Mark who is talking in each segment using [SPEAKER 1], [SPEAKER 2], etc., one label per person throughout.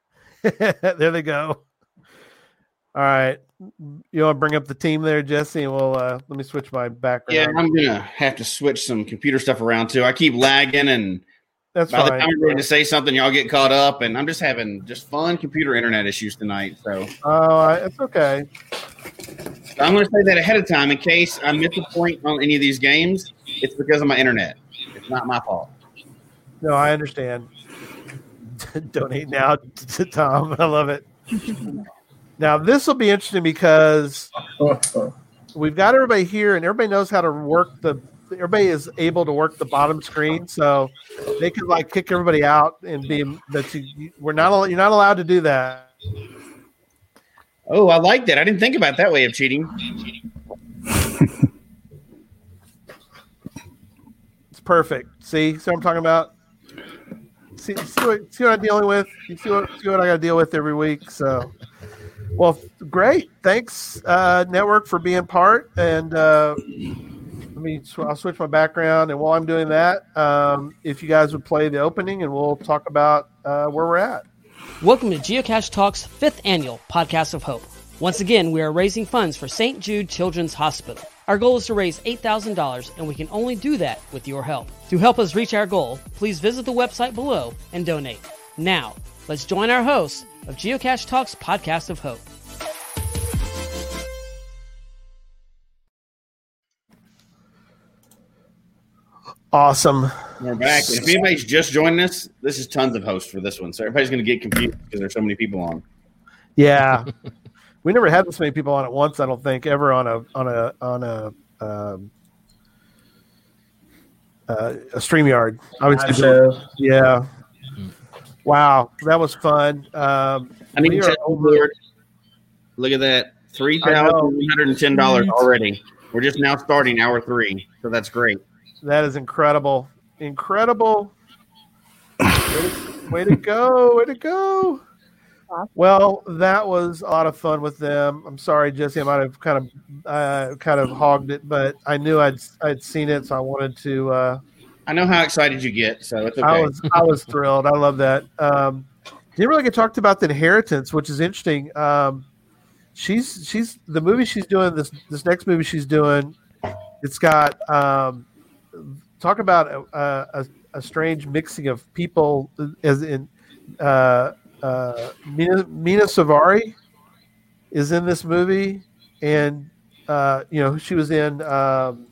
[SPEAKER 1] there they go. All right, you want to bring up the team there, Jesse, and we'll uh, let me switch my background.
[SPEAKER 2] Yeah, I'm gonna have to switch some computer stuff around too. I keep lagging, and
[SPEAKER 1] That's
[SPEAKER 2] by the
[SPEAKER 1] fine.
[SPEAKER 2] time I'm going to say something, y'all get caught up, and I'm just having just fun computer internet issues tonight. So
[SPEAKER 1] Oh, I- it's okay.
[SPEAKER 2] I'm going to say that ahead of time in case I miss a point on any of these games. It's because of my internet. It's not my fault.
[SPEAKER 1] No, I understand. Donate now to Tom. I love it. Now this will be interesting because we've got everybody here, and everybody knows how to work the. Everybody is able to work the bottom screen, so they could like kick everybody out and be. That you, we're not. al- You're not allowed to do that.
[SPEAKER 2] Oh, I like that. I didn't think about that way of cheating.
[SPEAKER 1] It's perfect. See, see what I'm talking about. See, see, what, see what I'm dealing with. You see what, see what I got to deal with every week. So, well, great. Thanks, uh, network, for being part. And uh, let me. sw- I'll switch my background. And while I'm doing that, um, if you guys would play the opening, and we'll talk about uh, where we're at.
[SPEAKER 3] Welcome to Geocache Talk's fifth annual Podcast of Hope. Once again, we are raising funds for St. Jude Children's Hospital. Our goal is to raise $8,000, and we can only do that with your help. To help us reach our goal, please visit the website below and donate. Now, let's join our hosts of Geocache Talk's Podcast of Hope.
[SPEAKER 1] Awesome.
[SPEAKER 2] We're back. And if anybody's just joining us, this is tons of hosts for this one. So everybody's going to get confused because there's so many people on.
[SPEAKER 1] Yeah, we never had this many people on at once. I don't think ever on a on a on a um, uh, a streamyard. I would say, yeah. Wow, that was fun. Um,
[SPEAKER 2] I mean,
[SPEAKER 1] We are
[SPEAKER 2] check the
[SPEAKER 1] over-
[SPEAKER 2] board. look at that three
[SPEAKER 1] I know.
[SPEAKER 2] thousand one hundred and ten dollars already. We're just now starting hour three, so that's great.
[SPEAKER 1] that is incredible, incredible. Way to, way to go! Way to go! Well, that was a lot of fun with them. I'm sorry, Jesse. I might have kind of uh, kind of hogged it, but I knew I'd I'd seen it, so I wanted to. Uh,
[SPEAKER 2] I know how excited you get, so it's okay.
[SPEAKER 1] I was I was thrilled. I love that. Um, didn't really get talked about the inheritance, which is interesting. Um, she's she's the movie she's doing this this next movie she's doing. It's got um, talk about a, a, a strange mixing of people as in uh, uh, Mina Mina Savari is in this movie, and uh, you know she was in. Um,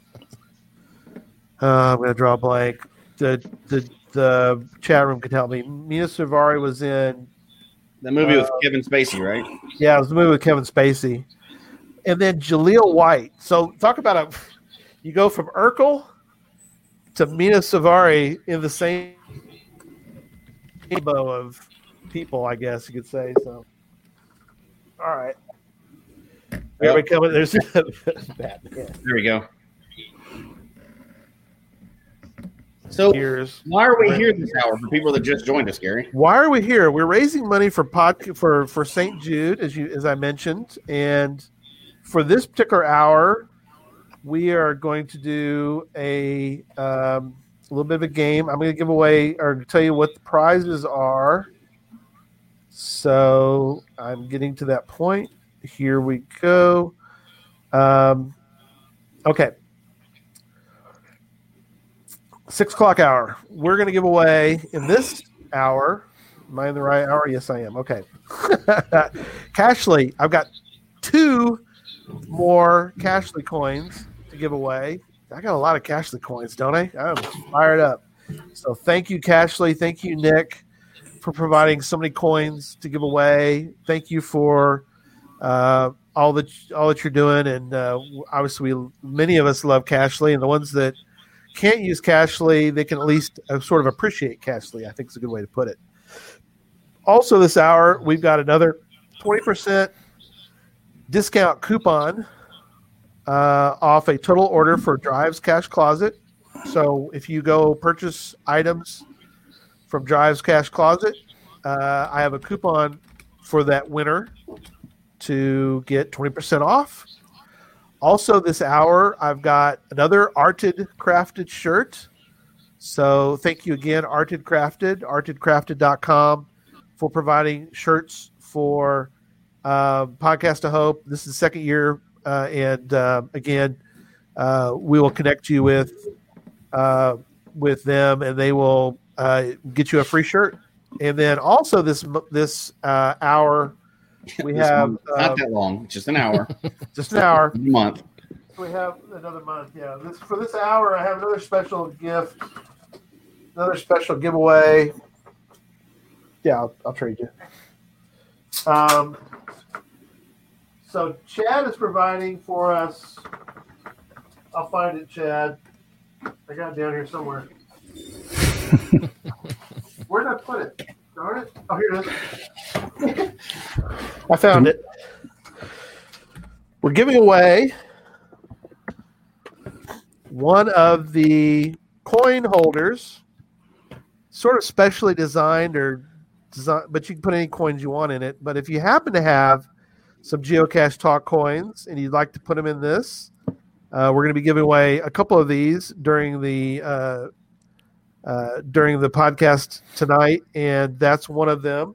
[SPEAKER 1] uh, I'm gonna draw a blank the the the chat room could help me. Mina Savari was in
[SPEAKER 2] that movie
[SPEAKER 1] uh,
[SPEAKER 2] with Kevin Spacey, right?
[SPEAKER 1] yeah, it was the movie with Kevin Spacey, and then Jaleel White. So talk about a you go from Urkel to Mina Savari in the same rainbow of people, I guess you could say. So all right. There we come. There's Batman
[SPEAKER 2] There we go. So
[SPEAKER 1] ears.
[SPEAKER 2] why are we here this hour for people that just joined us, Gary?
[SPEAKER 1] why are we here? We're raising money for pod for for St. Jude, as you as I mentioned, and for this particular hour, we are going to do a um, little bit of a game. I'm going to give away or tell you what the prizes are. So I'm getting to that point. Here we go. Um, okay. Six o'clock hour. We're going to give away in this hour. Am I in the right hour? Yes, I am. Okay. Cashly, I've got two more Cashly coins to give away. I got a lot of Cashly coins, don't I? I'm fired up. So thank you, Cashly. Thank you, Nick, for providing so many coins to give away. Thank you for uh, all that all that you're doing, and uh, obviously, we, many of us love Cashly, and the ones that can't use Cashly, they can at least uh, sort of appreciate Cashly. I think is a good way to put it. Also, this hour we've got another twenty percent discount coupon uh, off a total order for Drive's Cash Closet. So if you go purchase items from Drive's Cash Closet, uh, I have a coupon for that winner to get twenty percent off. Also, this hour, I've got another Arted Crafted shirt. So, thank you again, Arted Crafted, artedcrafted.com for providing shirts for uh, Podcast of Hope. This is the second year, uh, and uh, again, uh, we will connect you with uh, with them, and they will uh, get you a free shirt. And then also this m- this uh, hour, we
[SPEAKER 2] This
[SPEAKER 1] have
[SPEAKER 2] month.
[SPEAKER 1] um,
[SPEAKER 2] not that long, just an hour,
[SPEAKER 1] just an hour.
[SPEAKER 2] a month.
[SPEAKER 1] We have another month. Yeah, this for this hour, I have another special gift, another special giveaway. Yeah, I'll, I'll trade you. Um, so Chad is providing for us. I'll find it, Chad. I got it down here somewhere. Where did I put it? Darn it! Oh, here it is. I found it. We're giving away one of the coin holders, sort of specially designed or design, but you can put any coins you want in it. But if you happen to have some Geocache Talk coins and you'd like to put them in this, uh, we're going to be giving away a couple of these during the uh, uh, during the podcast tonight, and that's one of them.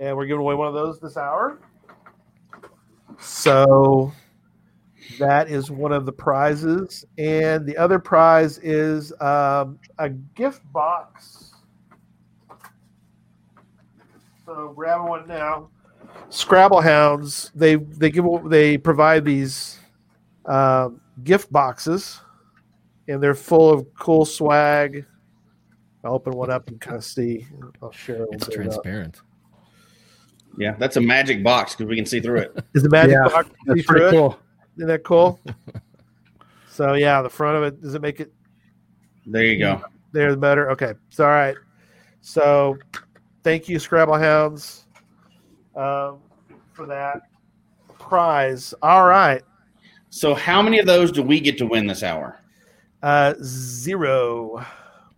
[SPEAKER 1] And we're giving away one of those this hour. So that is one of the prizes, and the other prize is um, a gift box. So grab one now. Scrabble Hounds they they give they provide these um, gift boxes, and they're full of cool swag. I'll open one up and kind of see. I'll share. a little
[SPEAKER 4] It's
[SPEAKER 1] bit about-
[SPEAKER 4] transparent.
[SPEAKER 2] Yeah, that's a magic box because we can see through it.
[SPEAKER 1] Is the magic
[SPEAKER 5] Yeah,
[SPEAKER 1] box? see
[SPEAKER 5] That's
[SPEAKER 1] through
[SPEAKER 5] pretty
[SPEAKER 1] it?
[SPEAKER 5] cool.
[SPEAKER 1] Isn't that cool? so yeah, the front of it does it make it
[SPEAKER 2] There you go.
[SPEAKER 1] There, the better. Okay, it's all right. So, thank you, Scrabble Hounds, um, for that prize. All right,
[SPEAKER 2] So, how many of those do we get to win this hour?
[SPEAKER 1] uh, zero.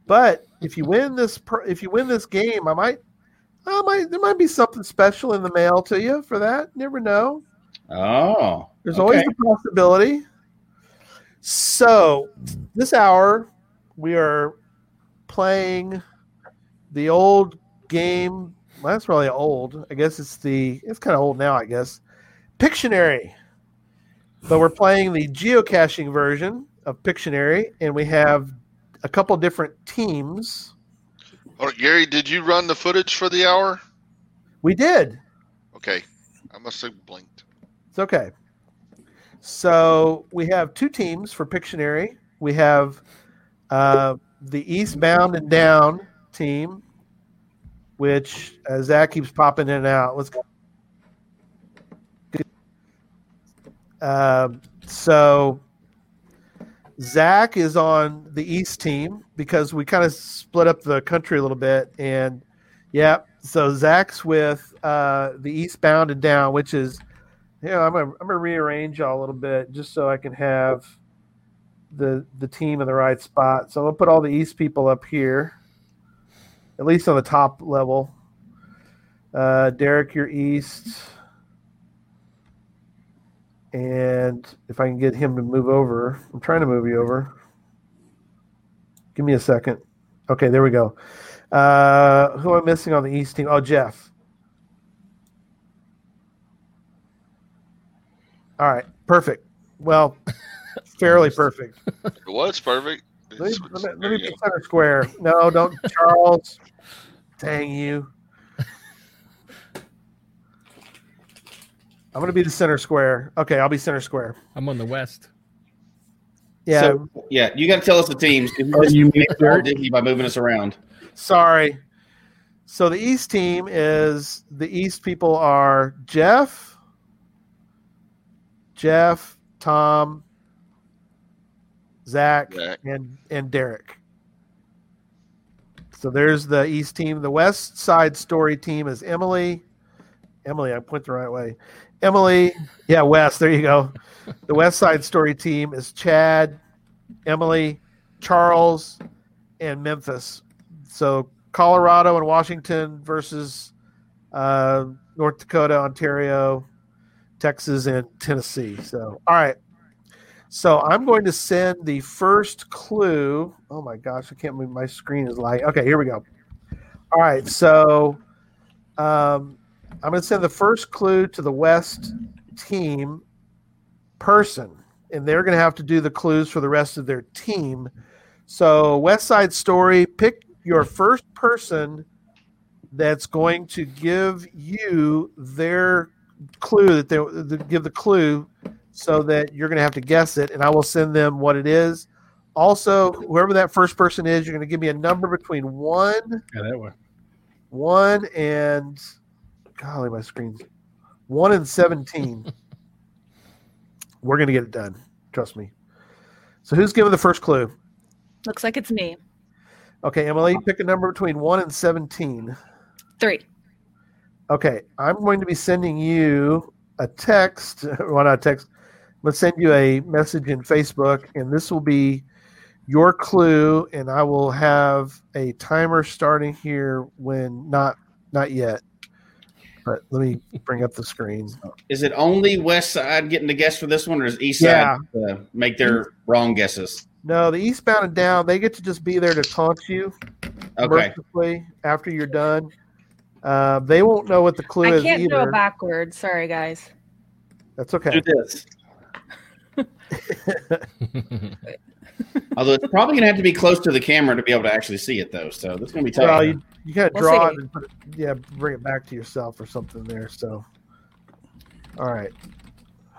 [SPEAKER 1] But if you win this, pr- if you win this game, I might, I might, there might be something special in the mail to you for that. Never know.
[SPEAKER 2] Oh,
[SPEAKER 1] There's
[SPEAKER 2] okay.
[SPEAKER 1] always the possibility. So, this hour, we are playing the old game. Well, that's really old. I guess it's the, it's kind of old now, I guess. Pictionary. But we're playing the geocaching version of Pictionary, and we have a couple different teams.
[SPEAKER 6] All right, Gary, did you run the footage for the hour?
[SPEAKER 1] We did.
[SPEAKER 6] Okay. I must have blinked.
[SPEAKER 1] It's okay. So we have two teams for Pictionary. We have uh, the Eastbound and Down team, which uh, Zach keeps popping in and out. Let's go. Um, so Zach is on the East team because we kind of split up the country a little bit, and yeah, so Zach's with uh, the Eastbound and Down, which is yeah, I'm gonna, I'm gonna rearrange y'all a little bit just so I can have the the team in the right spot. So I'll put all the East people up here, at least on the top level. Uh, Derek, you're East, and if I can get him to move over, I'm trying to move you over. Give me a second. Okay, there we go. Uh, who am I missing on the East team? Oh, Jeff. All right, perfect. Well, fairly perfect.
[SPEAKER 6] It was perfect.
[SPEAKER 1] Let me,
[SPEAKER 6] It's-
[SPEAKER 1] let me,
[SPEAKER 6] there
[SPEAKER 1] let
[SPEAKER 6] you
[SPEAKER 1] me
[SPEAKER 6] go.
[SPEAKER 1] pick center square. No, don't, Charles. Dang you. I'm going to be the center square. Okay, I'll be center square.
[SPEAKER 4] I'm on the west.
[SPEAKER 1] Yeah,
[SPEAKER 2] So, yeah, you got to tell us the teams. 'cause
[SPEAKER 5] Are you
[SPEAKER 2] made us all
[SPEAKER 5] Derek?
[SPEAKER 2] dizzy by moving us around.
[SPEAKER 1] sorry. So the East team is the East people are Jeff, Jeff, Tom, Zach,
[SPEAKER 6] Zach.
[SPEAKER 1] and and Derek. So there's the East team. The West Side Story team is Emily. Emily, I went the right way. Emily, yeah, West. There you go. The West Side Story team is Chad, Emily, Charles, and Memphis. So Colorado and Washington versus uh, North Dakota, Ontario, Texas, and Tennessee. So all right. So I'm going to send the first clue. Oh my gosh, I can't move. My screen is like okay. Here we go. All right. So Um, I'm going to send the first clue to the West team person, and they're going to have to do the clues for the rest of their team. So, West Side Story, pick your first person that's going to give you their clue that they that give the clue so that you're going to have to guess it, and I will send them what it is. Also, whoever that first person is, you're going to give me a number between one,
[SPEAKER 4] Yeah, that one.
[SPEAKER 1] one and golly, my screen's one and seventeen. We're going to get it done. Trust me. So, who's giving the first clue?
[SPEAKER 5] Looks like it's me.
[SPEAKER 1] Okay, Emily, pick a number between one and seventeen.
[SPEAKER 5] Three.
[SPEAKER 1] Okay, I'm going to be sending you a text. Why not text? Let's send you a message in Facebook, and this will be your clue. And I will have a timer starting here when not not yet. But let me bring up the screen.
[SPEAKER 2] Is it only West Side getting the guess for this one, or is East Side uh, make their wrong guesses?
[SPEAKER 1] No, the eastbound and down, they get to just be there to taunt you
[SPEAKER 2] Okay.
[SPEAKER 1] mercifully after you're done. Uh, they won't know what the clue
[SPEAKER 5] I
[SPEAKER 1] is
[SPEAKER 5] can't
[SPEAKER 1] either.
[SPEAKER 5] go backwards. Sorry, guys.
[SPEAKER 1] That's
[SPEAKER 2] Do
[SPEAKER 1] okay.
[SPEAKER 2] this. Although it's probably going to have to be close to the camera to be able to actually see it, though. So this is going to be tough.
[SPEAKER 1] Well, you, you gotta
[SPEAKER 5] We'll
[SPEAKER 1] draw
[SPEAKER 5] see.
[SPEAKER 1] it and put it, yeah, bring it back to yourself or something there. So, all right,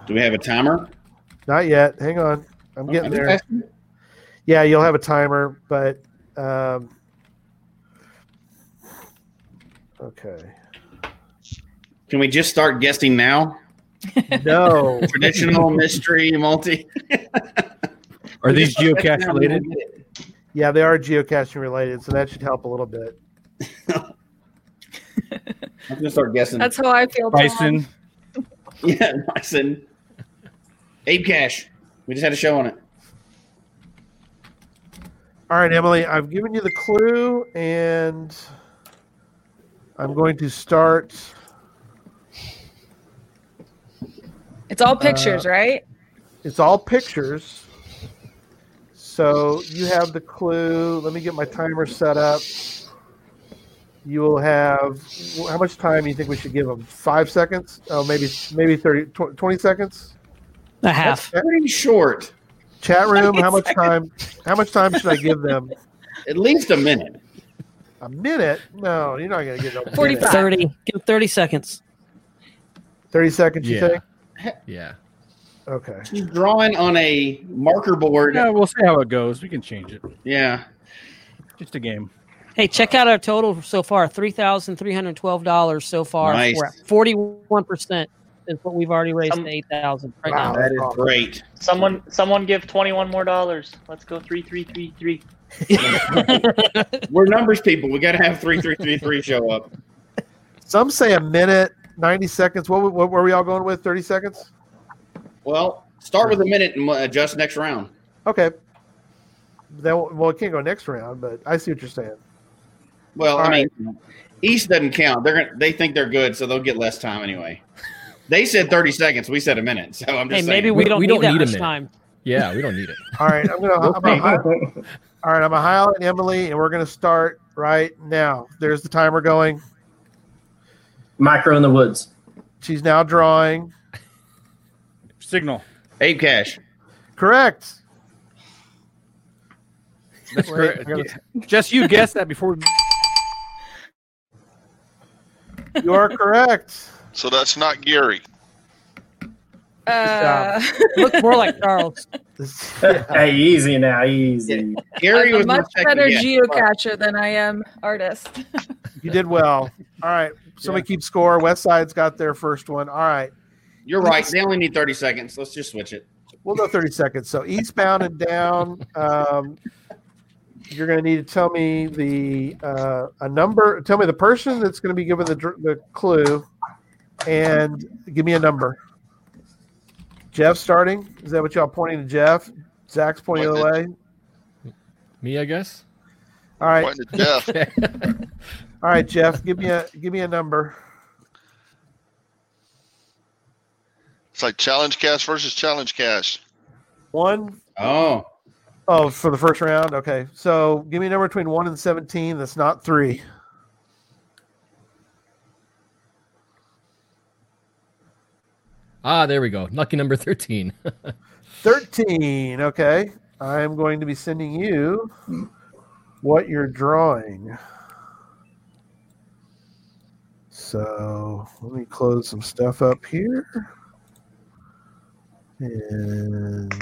[SPEAKER 2] Do we have a timer?
[SPEAKER 1] not yet. Hang on, I'm getting
[SPEAKER 2] Oh, Okay.
[SPEAKER 1] there. Yeah, you'll have a timer, but um, okay.
[SPEAKER 2] Can we just start guessing now?
[SPEAKER 1] No,
[SPEAKER 2] Traditional mystery multi.
[SPEAKER 4] Are these geocache related?
[SPEAKER 1] yeah, they are geocaching related, so that should help a little bit.
[SPEAKER 2] I'm going to start guessing.
[SPEAKER 5] That's how I feel. Tom.
[SPEAKER 4] Bison.
[SPEAKER 2] yeah, Bison. Ape Cash. We just had a show on it.
[SPEAKER 1] All right, Emily, I've given you the clue, and I'm going to start.
[SPEAKER 5] It's all pictures, right?
[SPEAKER 1] It's all pictures. So you have the clue. Let me get my timer set up. You will have how much time do you think we should give them? Five seconds? Oh, maybe maybe 30, tw- 20 seconds.
[SPEAKER 3] A half.
[SPEAKER 2] Pretty short.
[SPEAKER 1] Chat room. How much time? How much time should I give them?
[SPEAKER 2] At least a minute.
[SPEAKER 1] A minute? No, you're not gonna get no minute.
[SPEAKER 5] 45.
[SPEAKER 3] 30. Give them 30 seconds.
[SPEAKER 1] Thirty seconds. You
[SPEAKER 4] Yeah.
[SPEAKER 1] think?
[SPEAKER 4] Yeah.
[SPEAKER 1] Okay.
[SPEAKER 2] She's drawing on a marker board.
[SPEAKER 4] Yeah, we'll see how it goes. We can change it.
[SPEAKER 2] Yeah.
[SPEAKER 4] Just a game.
[SPEAKER 3] Hey, check out our total so far $3,312 so far.
[SPEAKER 2] Nice.
[SPEAKER 3] We're at 41% is what we've already raised
[SPEAKER 7] Um,
[SPEAKER 3] to 8000 right
[SPEAKER 1] Wow.
[SPEAKER 3] now.
[SPEAKER 2] That is great.
[SPEAKER 7] Someone, someone, give twenty-one more dollars. Let's go three, three, three, three.
[SPEAKER 2] We're numbers people. We got to have 3333 show up.
[SPEAKER 1] Some say a minute, ninety seconds. What, what were we all going with? Thirty seconds.
[SPEAKER 2] Well, start with a minute and we'll adjust next round.
[SPEAKER 1] Okay. Then well, it can't go next round, but I see what you're saying.
[SPEAKER 2] Well,
[SPEAKER 1] All
[SPEAKER 2] I mean, East doesn't count. They're gonna, they think they're good, so they'll get less time anyway. They said 30 seconds. We said a minute. So I'm
[SPEAKER 3] Hey,
[SPEAKER 2] just
[SPEAKER 3] maybe
[SPEAKER 2] saying.
[SPEAKER 3] we
[SPEAKER 8] We-
[SPEAKER 3] don't
[SPEAKER 8] we
[SPEAKER 3] need
[SPEAKER 8] don't
[SPEAKER 3] that
[SPEAKER 8] need a
[SPEAKER 3] much
[SPEAKER 8] minute.
[SPEAKER 3] time.
[SPEAKER 8] Yeah, we don't need it.
[SPEAKER 1] All right, I'm gonna. I'm gonna hi- all right, I'm gonna highlight Emily, and we're gonna start right now. There's the timer going.
[SPEAKER 9] Micro in the woods.
[SPEAKER 1] She's now drawing.
[SPEAKER 4] Signal.
[SPEAKER 2] Ape Cash.
[SPEAKER 1] Correct.
[SPEAKER 4] That's
[SPEAKER 1] Wait, I
[SPEAKER 4] great.
[SPEAKER 1] gotta-
[SPEAKER 4] Just you guessed that before. we-
[SPEAKER 1] You are correct.
[SPEAKER 6] So that's not Gary.
[SPEAKER 5] Uh,
[SPEAKER 3] Look more like Charles.
[SPEAKER 9] Hey, easy now, easy.
[SPEAKER 2] Gary
[SPEAKER 5] I'm a
[SPEAKER 2] was my
[SPEAKER 5] much
[SPEAKER 2] second
[SPEAKER 5] better
[SPEAKER 2] guess.
[SPEAKER 5] geocacher than I am artist.
[SPEAKER 1] You did well. All right, somebody keep score. West Side's got their first one. All right,
[SPEAKER 2] You're right. They only need 30 seconds. Let's just switch it.
[SPEAKER 1] we'll go 30 seconds. So eastbound and down. Um, you're going to need to tell me the uh, a number. Tell me the person that's going to be given the dr- the clue, and give me a number. Jeff starting. Is that what y'all pointing to? Jeff. Zach's pointing the other way.
[SPEAKER 8] Me, I guess.
[SPEAKER 1] All right,
[SPEAKER 6] Pointing to Jeff.
[SPEAKER 1] all right, Jeff. Give me a give me a number.
[SPEAKER 6] It's like challenge cash versus challenge cash.
[SPEAKER 1] One.
[SPEAKER 2] Oh,
[SPEAKER 1] Oh, for the first round. Okay, so give me a number between one and seventeen. That's not three.
[SPEAKER 8] Ah, there we go. Lucky number 13.
[SPEAKER 1] 13. Okay. I'm going to be sending you what you're drawing. So let me close some stuff up here. And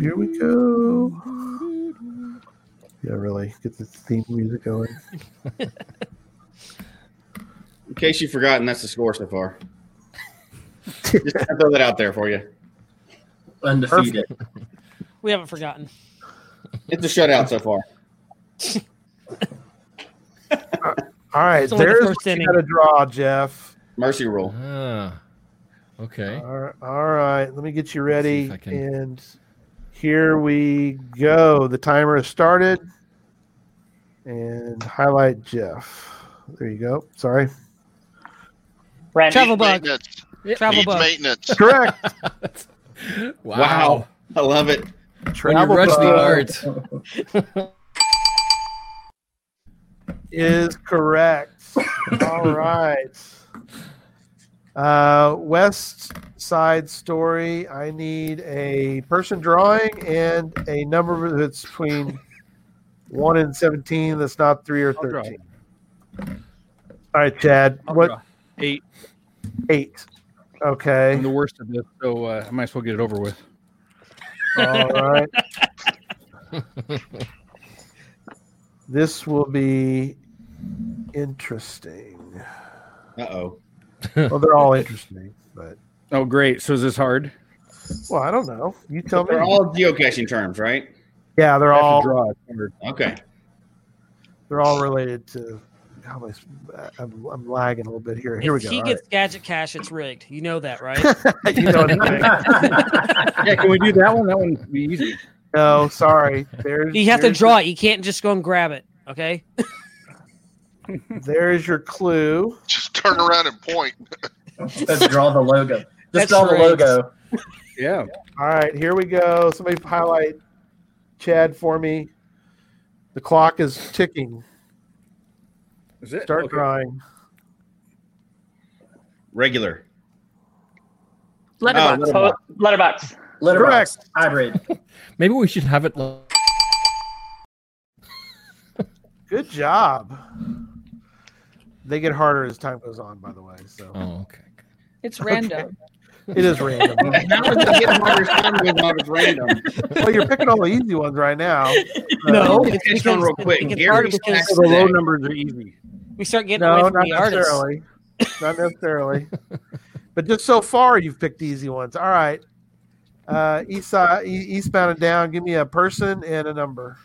[SPEAKER 1] here we go. Yeah, really. Get the theme music going.
[SPEAKER 2] In case you've forgotten, that's the score so far. Just to throw that out there for you.
[SPEAKER 9] Undefeated.
[SPEAKER 3] We haven't forgotten.
[SPEAKER 2] It's a shutout so far.
[SPEAKER 1] All right.
[SPEAKER 3] It's only the
[SPEAKER 1] There's
[SPEAKER 3] first
[SPEAKER 1] what you
[SPEAKER 3] inning.
[SPEAKER 1] got to draw, Jeff.
[SPEAKER 2] Mercy rule.
[SPEAKER 8] Ah, okay.
[SPEAKER 1] All right, all right, let me get you ready.
[SPEAKER 8] if I can-
[SPEAKER 1] And here we go. The timer has started. And highlight Jeff. There you go. Sorry.
[SPEAKER 7] Randy,
[SPEAKER 3] Travel
[SPEAKER 6] Needs
[SPEAKER 3] bug.
[SPEAKER 6] maintenance.
[SPEAKER 3] Travel
[SPEAKER 6] Needs
[SPEAKER 3] bug.
[SPEAKER 6] maintenance.
[SPEAKER 1] Correct.
[SPEAKER 8] wow.
[SPEAKER 2] Wow. I love it.
[SPEAKER 8] When you
[SPEAKER 1] Travel
[SPEAKER 8] rush the
[SPEAKER 1] bug
[SPEAKER 8] art.
[SPEAKER 1] is correct. all right. Uh, West Side Story. I need a person drawing and a number that's between 1 and 17 that's not 3 or
[SPEAKER 4] I'll draw.
[SPEAKER 1] 13. All right, Chad.
[SPEAKER 4] I'll
[SPEAKER 1] what
[SPEAKER 4] draw. Eight.
[SPEAKER 1] Eight. Okay.
[SPEAKER 4] I'm the worst of this, so uh, I might as well get it over with.
[SPEAKER 1] All right. this will be interesting.
[SPEAKER 2] Uh oh.
[SPEAKER 1] Well, they're all interesting, but
[SPEAKER 4] Oh, great. So is this hard?
[SPEAKER 1] well, I don't know. You tell me.
[SPEAKER 2] They're all geocaching terms, right?
[SPEAKER 1] yeah, they're
[SPEAKER 4] I have to
[SPEAKER 1] all
[SPEAKER 4] draw. It's hard.
[SPEAKER 2] Okay.
[SPEAKER 1] they're all related to. God, my s- I'm, I'm lagging a little bit here. Here we
[SPEAKER 3] if
[SPEAKER 1] go.
[SPEAKER 3] he
[SPEAKER 1] all
[SPEAKER 3] gets gadget cash, it's rigged. You know that, right?
[SPEAKER 1] right. you know what I mean.
[SPEAKER 4] Yeah, can we do that one? That one would be easy.
[SPEAKER 1] No, sorry. There's
[SPEAKER 3] you have to
[SPEAKER 1] there's-
[SPEAKER 3] draw it. You can't just go and grab it. Okay.
[SPEAKER 1] There's your clue.
[SPEAKER 6] Just turn around and point.
[SPEAKER 9] Let's draw the logo. Just
[SPEAKER 3] That's
[SPEAKER 9] draw the
[SPEAKER 3] right.
[SPEAKER 9] logo.
[SPEAKER 4] Yeah.
[SPEAKER 1] All right, here we go. Somebody highlight Chad for me. The clock is ticking.
[SPEAKER 4] Is it?
[SPEAKER 1] Start
[SPEAKER 4] Okay.
[SPEAKER 1] drawing.
[SPEAKER 2] Regular.
[SPEAKER 5] Letterbox.
[SPEAKER 2] Oh,
[SPEAKER 7] po- letterbox.
[SPEAKER 9] Letterbox. Hybrid.
[SPEAKER 8] Maybe we should have it. li-
[SPEAKER 1] Good job. They get harder as time goes on, by the way. So
[SPEAKER 8] Oh, okay.
[SPEAKER 5] It's random.
[SPEAKER 1] it is random.
[SPEAKER 2] Now it's getting harder as time goes on. It's random.
[SPEAKER 1] well, you're picking all the easy ones right now.
[SPEAKER 3] No,
[SPEAKER 1] Uh,
[SPEAKER 2] Let's
[SPEAKER 3] it's
[SPEAKER 2] catch on
[SPEAKER 3] because-
[SPEAKER 2] real quick.
[SPEAKER 3] it's
[SPEAKER 2] Gary
[SPEAKER 3] hard because-
[SPEAKER 2] Stacks
[SPEAKER 4] So the low
[SPEAKER 2] today.
[SPEAKER 4] numbers are easy.
[SPEAKER 3] We start getting away
[SPEAKER 1] no,
[SPEAKER 3] from
[SPEAKER 1] not
[SPEAKER 3] the artists.
[SPEAKER 1] necessarily. Not necessarily. But just so far, you've picked easy ones. All right. Uh, east side, e- eastbound and down. Give me a person and a number.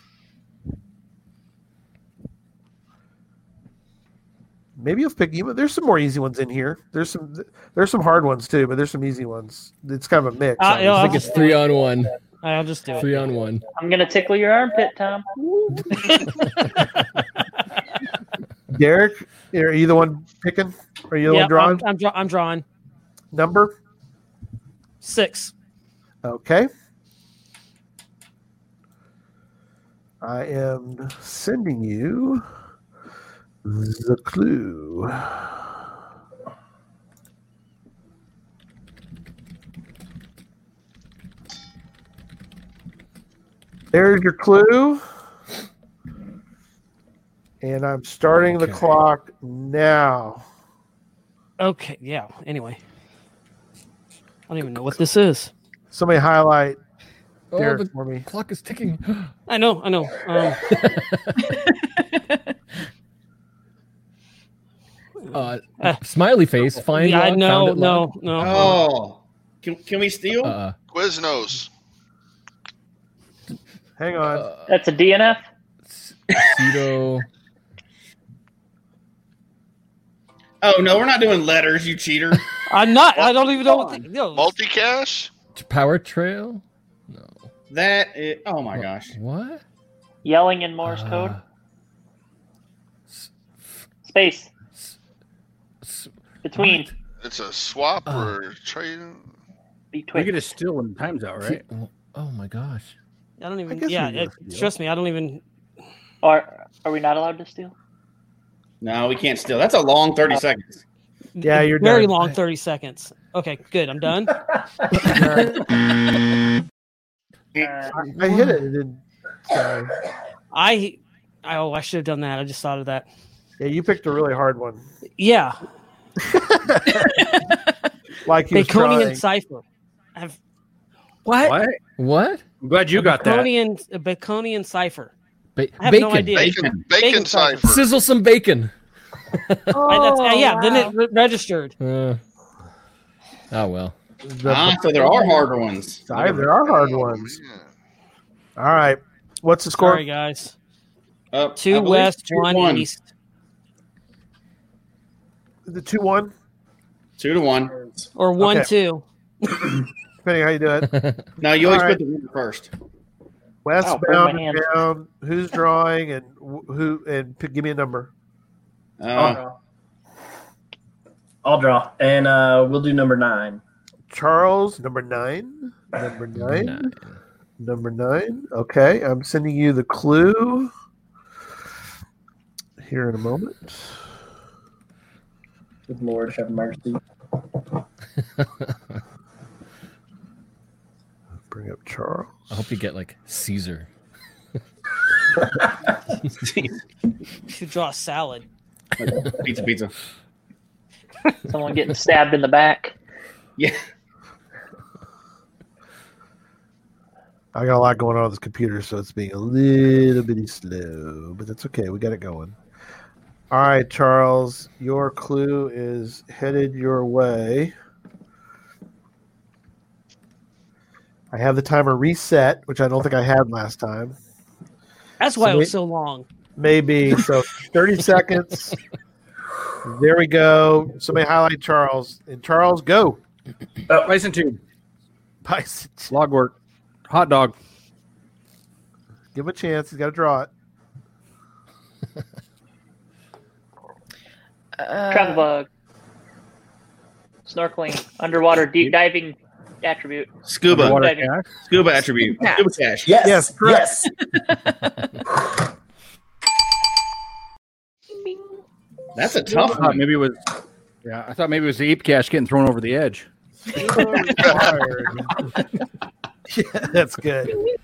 [SPEAKER 1] Maybe you'll pick you. There's some more easy ones in here. There's some. There's some hard ones too, but there's some easy ones. It's kind of a mix.
[SPEAKER 3] Uh,
[SPEAKER 1] obviously.
[SPEAKER 3] yeah,
[SPEAKER 8] I think it's three on one.
[SPEAKER 3] I'll just do it.
[SPEAKER 8] Three on one.
[SPEAKER 7] I'm gonna tickle your armpit, Tom.
[SPEAKER 1] Derek, are you the one picking? Are you the
[SPEAKER 3] Yeah,
[SPEAKER 1] one drawing?
[SPEAKER 3] I'm, I'm, draw- I'm drawing
[SPEAKER 1] number.
[SPEAKER 3] six.
[SPEAKER 1] Okay. I am sending you the clue. There's your clue. And I'm starting the
[SPEAKER 8] Okay.
[SPEAKER 1] clock now.
[SPEAKER 3] Okay. Yeah. Anyway, I don't even know what this is.
[SPEAKER 1] Somebody highlight
[SPEAKER 8] Oh,
[SPEAKER 1] Derek
[SPEAKER 8] the
[SPEAKER 1] for me.
[SPEAKER 8] clock is ticking.
[SPEAKER 3] I know. I know. Um,
[SPEAKER 8] Uh,
[SPEAKER 3] Uh,
[SPEAKER 8] smiley face. Find
[SPEAKER 3] yeah, I
[SPEAKER 8] log,
[SPEAKER 3] know.
[SPEAKER 8] found it log.
[SPEAKER 3] No. No.
[SPEAKER 2] Oh. Can, can we steal?
[SPEAKER 8] Uh,
[SPEAKER 6] Quiznos.
[SPEAKER 1] Hang on.
[SPEAKER 8] uh,
[SPEAKER 7] That's a DNF.
[SPEAKER 8] pseudo.
[SPEAKER 2] oh, no, we're not doing letters, you cheater.
[SPEAKER 3] I'm not. I don't even know what. The, no,
[SPEAKER 6] Multicash?
[SPEAKER 8] Power trail. No.
[SPEAKER 2] That is, oh my gosh.
[SPEAKER 8] What?
[SPEAKER 7] Yelling in Morse code.
[SPEAKER 8] Uh, s-
[SPEAKER 7] Space
[SPEAKER 8] s- s-
[SPEAKER 7] between
[SPEAKER 6] It's a swap
[SPEAKER 3] Uh.
[SPEAKER 8] Oh.
[SPEAKER 6] or trade.
[SPEAKER 4] We
[SPEAKER 7] between.
[SPEAKER 4] get a steal when time's out, right?
[SPEAKER 8] Oh, Oh my gosh.
[SPEAKER 3] I don't even.
[SPEAKER 1] guess
[SPEAKER 3] yeah.
[SPEAKER 1] we
[SPEAKER 3] It,
[SPEAKER 1] just-
[SPEAKER 3] trust me. I don't even.
[SPEAKER 7] Or are we not allowed to steal?
[SPEAKER 2] No, we can't steal. That's a long 30 seconds.
[SPEAKER 1] Yeah, you're
[SPEAKER 3] very
[SPEAKER 1] done.
[SPEAKER 3] long, thirty seconds. Okay, good. I'm done.
[SPEAKER 7] Uh,
[SPEAKER 1] I hit it. and then- so,
[SPEAKER 3] I, I oh, I should have done that. I just thought of that.
[SPEAKER 1] yeah, you picked a really hard one.
[SPEAKER 3] Yeah,
[SPEAKER 1] Like you
[SPEAKER 3] Baconian cipher. I've
[SPEAKER 5] What?
[SPEAKER 4] What?
[SPEAKER 8] What?
[SPEAKER 4] I'm glad you got that.
[SPEAKER 3] Baconian a Baconian cipher.
[SPEAKER 8] Ba-
[SPEAKER 3] I have
[SPEAKER 8] bacon.
[SPEAKER 3] no idea.
[SPEAKER 6] Bacon, bacon,
[SPEAKER 3] Bacon
[SPEAKER 6] cipher.
[SPEAKER 8] Sizzle some bacon.
[SPEAKER 3] I- that's- uh,
[SPEAKER 5] Oh,
[SPEAKER 3] yeah, then
[SPEAKER 5] wow.
[SPEAKER 3] it re- registered.
[SPEAKER 8] Uh, oh well.
[SPEAKER 2] Ah, so there are harder ones.
[SPEAKER 1] there are hard
[SPEAKER 6] Oh,
[SPEAKER 1] ones.
[SPEAKER 6] man.
[SPEAKER 1] All right. What's the score?
[SPEAKER 3] Sorry, guys.
[SPEAKER 2] Uh, I
[SPEAKER 3] Two
[SPEAKER 2] believe
[SPEAKER 3] west,
[SPEAKER 2] two to
[SPEAKER 3] one, east.
[SPEAKER 1] The 2 1,
[SPEAKER 2] Two to one.
[SPEAKER 3] Or one
[SPEAKER 1] Okay.
[SPEAKER 3] two.
[SPEAKER 1] depending how you do it.
[SPEAKER 2] No, you always
[SPEAKER 1] All right.
[SPEAKER 2] put the winner first.
[SPEAKER 7] Ow,
[SPEAKER 1] Westbound,
[SPEAKER 7] burned my
[SPEAKER 1] and down. Who's drawing and wh- who? And p- give me a number.
[SPEAKER 9] I'll
[SPEAKER 2] Uh,
[SPEAKER 9] draw. I'll draw. And uh, we'll do number nine.
[SPEAKER 1] Charles, number nine. Number nine.
[SPEAKER 8] Nine.
[SPEAKER 1] Number nine. Okay. I'm sending you the clue here in a moment.
[SPEAKER 9] Good Lord, have mercy.
[SPEAKER 1] Bring up Charles.
[SPEAKER 8] I hope you get like Caesar.
[SPEAKER 3] To draw a salad.
[SPEAKER 2] pizza, pizza.
[SPEAKER 7] someone getting stabbed in the back.
[SPEAKER 2] Yeah.
[SPEAKER 1] I got a lot going on with this computer, so it's being a little bitty slow, but that's okay. We got it going. All right, Charles, your clue is headed your way. I have the timer reset, which I don't think I had last time.
[SPEAKER 3] That's why it was
[SPEAKER 1] Sweet.
[SPEAKER 3] so long.
[SPEAKER 1] Maybe so. Thirty seconds. There we go. Somebody highlight Charles and Charles go.
[SPEAKER 9] Oh,
[SPEAKER 4] Bison tube,
[SPEAKER 1] Bison,
[SPEAKER 4] log work, hot dog.
[SPEAKER 1] Give him a chance. He's got to draw it.
[SPEAKER 7] Travel
[SPEAKER 5] Uh,
[SPEAKER 7] bug. Snorkeling, underwater deep diving attribute.
[SPEAKER 2] Scuba.
[SPEAKER 4] Water
[SPEAKER 7] Diving.
[SPEAKER 4] cash.
[SPEAKER 2] Scuba attribute.
[SPEAKER 5] Yeah.
[SPEAKER 2] Scuba cash.
[SPEAKER 9] Yes.
[SPEAKER 1] Yes,
[SPEAKER 9] Yes.
[SPEAKER 1] correct.
[SPEAKER 2] That's a tough
[SPEAKER 4] I thought
[SPEAKER 2] one.
[SPEAKER 4] maybe it was. Yeah, I thought maybe it was the ape cash getting thrown over the edge.
[SPEAKER 1] yeah, that's good.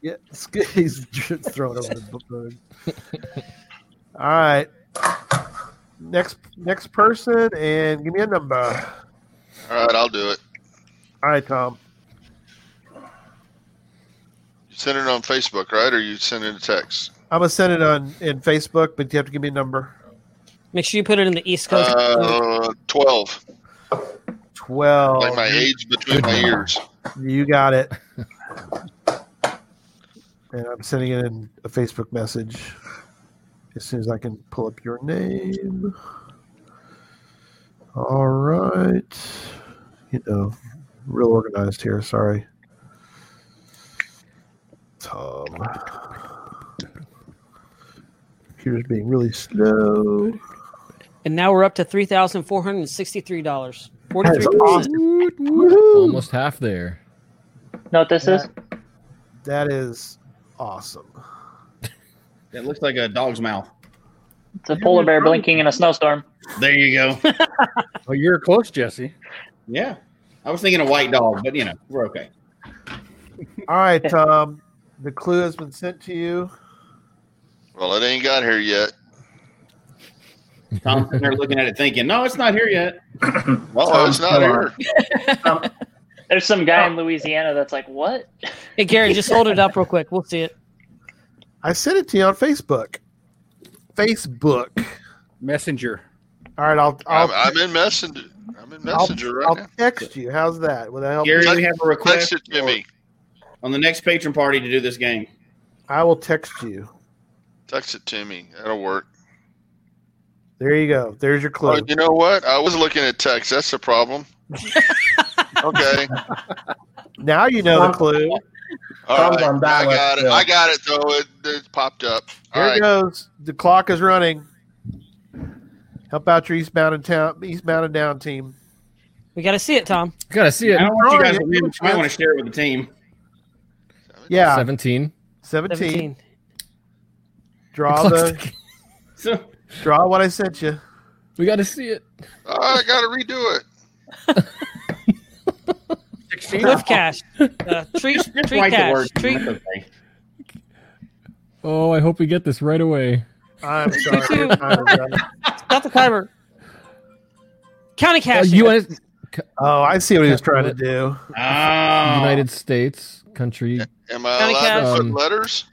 [SPEAKER 1] Yeah, it's good. he's thrown over the board. All right, next next person, and give me a number. All
[SPEAKER 6] All right, I'll do it.
[SPEAKER 1] right, Tom.
[SPEAKER 6] You send it on Facebook, right? Or you send it a text?
[SPEAKER 1] I'm gonna send it on in Facebook, but you have to give me a number.
[SPEAKER 3] Make sure you put it in the East Coast.
[SPEAKER 6] Uh, Twelve.
[SPEAKER 1] Twelve.
[SPEAKER 6] Like my
[SPEAKER 3] Oh.
[SPEAKER 6] age between my ears.
[SPEAKER 1] You got it. and I'm sending it in a Facebook message as soon as I can pull up your name. All right. You know, real organized here. Sorry. Tom. Computer's being really slow.
[SPEAKER 3] and now we're up to three thousand four hundred and sixty three dollars. Forty
[SPEAKER 1] That's
[SPEAKER 3] three
[SPEAKER 1] awesome.
[SPEAKER 8] Almost half there.
[SPEAKER 7] Know what this is?
[SPEAKER 1] That is awesome.
[SPEAKER 2] It looks like a dog's mouth.
[SPEAKER 7] It's a polar bear blinking in a snowstorm.
[SPEAKER 2] There you go.
[SPEAKER 4] Oh, you're close, Jesse.
[SPEAKER 2] yeah. I was thinking a white dog, but you know, we're okay.
[SPEAKER 1] All right, Tom. The clue has been sent to you.
[SPEAKER 6] Well, it ain't got here yet.
[SPEAKER 2] Tom's sitting there looking at it thinking, no, it's not here yet.
[SPEAKER 6] Oh, it's not here.
[SPEAKER 7] There's some guy in Louisiana that's like, what?
[SPEAKER 3] Hey Gary, just hold it up real quick. We'll see it.
[SPEAKER 1] I sent it to you on Facebook. Facebook.
[SPEAKER 4] Messenger.
[SPEAKER 1] All right, I'll I'll,
[SPEAKER 6] I'm, I'm in Messenger. I'm in
[SPEAKER 1] I'll,
[SPEAKER 6] Messenger right
[SPEAKER 1] I'll
[SPEAKER 6] now.
[SPEAKER 1] text you. How's that? Will that help?
[SPEAKER 2] Gary,
[SPEAKER 1] you?
[SPEAKER 2] we have a request
[SPEAKER 6] Text it to me.
[SPEAKER 2] on the next patron party to do this game.
[SPEAKER 1] I will text you.
[SPEAKER 6] Text it to me. That'll work.
[SPEAKER 1] There you go. There's your clue.
[SPEAKER 6] Oh, you know what? I was looking at text. That's the problem. okay.
[SPEAKER 1] now you know the clue.
[SPEAKER 6] All right.
[SPEAKER 9] Thumbs on that
[SPEAKER 6] I
[SPEAKER 9] one,
[SPEAKER 6] got it.
[SPEAKER 9] yeah.
[SPEAKER 6] I got it, though. It, it popped up. All
[SPEAKER 1] Here
[SPEAKER 6] right.
[SPEAKER 1] it goes. The clock is running. Help out your eastbound and town, eastbound and down team.
[SPEAKER 3] We got to see it, Tom.
[SPEAKER 8] Gotta see
[SPEAKER 2] I
[SPEAKER 8] it.
[SPEAKER 2] don't want you guys to
[SPEAKER 1] Alright,
[SPEAKER 2] win, but you might want to share it with the team.
[SPEAKER 1] Yeah,
[SPEAKER 8] Seventeen.
[SPEAKER 1] 17.
[SPEAKER 3] Seventeen.
[SPEAKER 1] Draw the
[SPEAKER 2] So
[SPEAKER 1] Draw what I sent you.
[SPEAKER 8] We got to see it.
[SPEAKER 6] Oh, I got to redo it.
[SPEAKER 3] Cliff Cash. Uh, treat
[SPEAKER 2] Just
[SPEAKER 3] treat
[SPEAKER 2] write the
[SPEAKER 3] Cash.
[SPEAKER 2] word.
[SPEAKER 3] Treat,
[SPEAKER 2] That's okay.
[SPEAKER 8] Oh, I hope we get this right away.
[SPEAKER 1] I'm sorry. your time is up.
[SPEAKER 3] Stop the timer. County
[SPEAKER 8] Uh,
[SPEAKER 3] Cash.
[SPEAKER 8] US,
[SPEAKER 1] Oh, I see what he was trying to do.
[SPEAKER 2] Oh,
[SPEAKER 8] United States country.
[SPEAKER 6] Am I
[SPEAKER 3] Johnny
[SPEAKER 6] allowed to
[SPEAKER 8] Cash.
[SPEAKER 6] put
[SPEAKER 8] Um,
[SPEAKER 6] letters?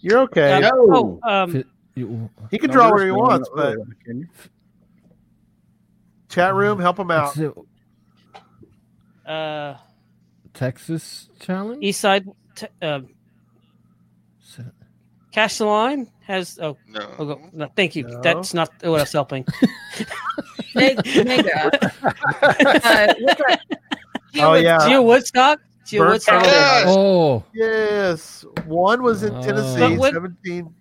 [SPEAKER 1] You're okay.
[SPEAKER 3] Uh,
[SPEAKER 2] no.
[SPEAKER 3] oh, um,
[SPEAKER 8] You-
[SPEAKER 1] He can draw where he wants, but chat room, help him out.
[SPEAKER 8] what's it?
[SPEAKER 3] uh,
[SPEAKER 8] Texas challenge.
[SPEAKER 3] East Side. T- uh, Cash the line has. Oh, oh,
[SPEAKER 6] No.
[SPEAKER 3] go- no, thank you.
[SPEAKER 1] No.
[SPEAKER 3] That's not what I was helping.
[SPEAKER 5] Meg- Mega. uh, look like
[SPEAKER 1] Oh yeah.
[SPEAKER 3] Geo Woodstock. Geo
[SPEAKER 1] Bert
[SPEAKER 3] Woodstock.
[SPEAKER 6] Yes.
[SPEAKER 8] Oh,
[SPEAKER 1] Yes. One was in
[SPEAKER 8] Oh.
[SPEAKER 1] Tennessee,
[SPEAKER 3] But what-
[SPEAKER 1] 17.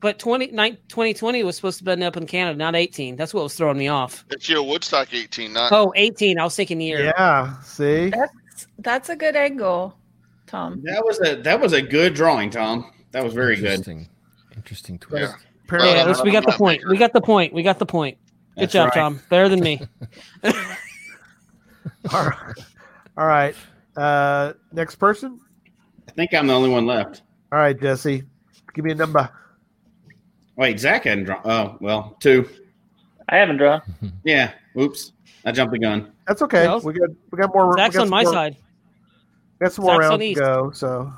[SPEAKER 3] But 20, nine- 2020 was supposed to have been up in Canada, not 18. That's what was throwing me off.
[SPEAKER 6] It's your Woodstock 18, not
[SPEAKER 3] Oh, 18. I was thinking the year.
[SPEAKER 1] Yeah. See?
[SPEAKER 5] that's that's a good angle, Tom.
[SPEAKER 2] That was a that was a good drawing, Tom. That was very good.
[SPEAKER 8] interesting. Interesting twist.
[SPEAKER 1] Apparently,
[SPEAKER 3] Yeah, at least we got the
[SPEAKER 6] I'm not
[SPEAKER 3] point. We got the point. We got the point. Good
[SPEAKER 2] That's
[SPEAKER 3] job,
[SPEAKER 2] right.
[SPEAKER 3] Tom. Better than me.
[SPEAKER 1] All right. All right. Uh, next person.
[SPEAKER 2] I think I'm the only one left.
[SPEAKER 1] All right, Jesse. Give me a number.
[SPEAKER 2] Wait, Zach hadn't drawn. Oh, well, two.
[SPEAKER 7] I haven't drawn.
[SPEAKER 2] Yeah. Oops. I jumped the gun.
[SPEAKER 1] That's okay.
[SPEAKER 3] No.
[SPEAKER 1] We got we got more.
[SPEAKER 3] Zach's
[SPEAKER 1] we got
[SPEAKER 3] on
[SPEAKER 1] some
[SPEAKER 3] my
[SPEAKER 1] more,
[SPEAKER 3] side.
[SPEAKER 1] We got some more
[SPEAKER 3] Zach's on
[SPEAKER 1] rounds to
[SPEAKER 3] east.
[SPEAKER 1] go. So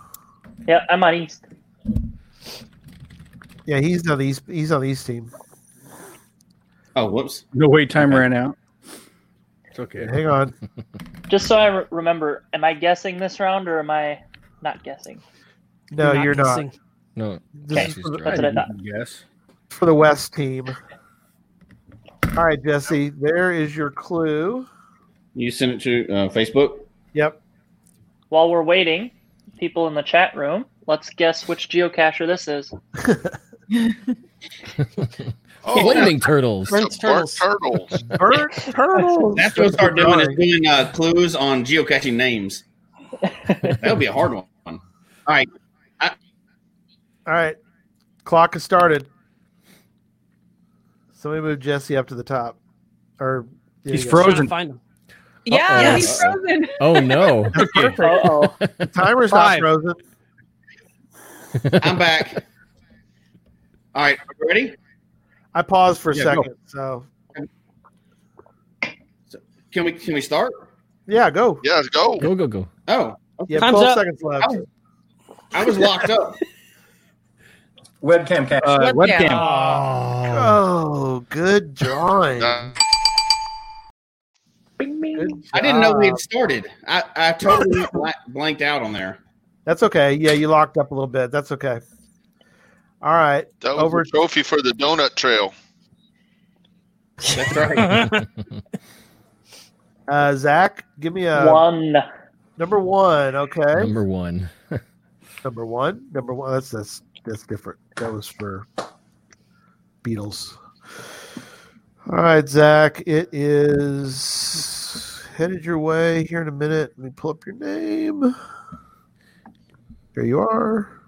[SPEAKER 7] Yeah, I'm on East.
[SPEAKER 1] yeah, he's on the east. He's on the east team.
[SPEAKER 2] Oh, whoops.
[SPEAKER 4] No wait, time ran out. It's okay.
[SPEAKER 1] Hang on.
[SPEAKER 7] Just so I re- remember, am I guessing this round or am I not guessing?
[SPEAKER 1] No, you're not.
[SPEAKER 3] guessing.
[SPEAKER 8] No,
[SPEAKER 1] This
[SPEAKER 7] Okay.
[SPEAKER 1] is for the,
[SPEAKER 7] That's what I thought.
[SPEAKER 4] Yes.
[SPEAKER 1] for the west team. All right, Jesse. There is your clue.
[SPEAKER 2] You sent it to uh, Facebook.
[SPEAKER 1] Yep.
[SPEAKER 7] While we're waiting, people in the chat room, let's guess which geocacher this is.
[SPEAKER 6] Oh,
[SPEAKER 8] Flaming turtles.
[SPEAKER 6] yeah,
[SPEAKER 3] Prince
[SPEAKER 6] the bark
[SPEAKER 3] Turtles.
[SPEAKER 6] turtles.
[SPEAKER 1] Bird turtles.
[SPEAKER 2] That's what I'll start doing is
[SPEAKER 1] Drawing.
[SPEAKER 2] doing uh, clues on geocaching names. That'll be a hard one. All right.
[SPEAKER 1] All right. Clock has started. Somebody move Jesse up to the top. Or yeah,
[SPEAKER 4] He's
[SPEAKER 1] yeah.
[SPEAKER 4] frozen.
[SPEAKER 3] Trying to find him.
[SPEAKER 5] Yeah,
[SPEAKER 8] Uh-oh.
[SPEAKER 5] he's frozen.
[SPEAKER 8] Oh no.
[SPEAKER 7] Uh-oh.
[SPEAKER 1] The timer's
[SPEAKER 4] Five.
[SPEAKER 1] not frozen.
[SPEAKER 2] I'm back. All right. Are you ready?
[SPEAKER 1] I paused for a
[SPEAKER 4] Yeah, go.
[SPEAKER 1] second. So
[SPEAKER 2] Can we can we start?
[SPEAKER 1] yeah, go.
[SPEAKER 6] Yeah, let's go.
[SPEAKER 8] Go go go.
[SPEAKER 2] Oh,
[SPEAKER 1] You have
[SPEAKER 3] Time's
[SPEAKER 1] 12
[SPEAKER 3] up.
[SPEAKER 1] seconds left.
[SPEAKER 2] Oh. I was locked up.
[SPEAKER 9] Webcam cash.
[SPEAKER 4] Uh,
[SPEAKER 5] Webcam.
[SPEAKER 4] webcam.
[SPEAKER 1] Oh, good drawing.
[SPEAKER 6] Uh,
[SPEAKER 1] Good
[SPEAKER 2] I didn't know we
[SPEAKER 1] job.
[SPEAKER 2] had started. I, I totally bla- blanked out on there.
[SPEAKER 1] That's okay. Yeah, you locked up a little bit. That's okay. All right.
[SPEAKER 6] that was
[SPEAKER 1] Over-
[SPEAKER 6] a trophy for the donut trail.
[SPEAKER 2] That's right.
[SPEAKER 1] Uh, Zach, give me a
[SPEAKER 7] One.
[SPEAKER 1] number one. Okay.
[SPEAKER 8] Number one.
[SPEAKER 1] Number one. Number one. That's that's that's different. That was for Beatles. All right, Zach. It is headed your way here in a minute. Let me pull up your name. There you are.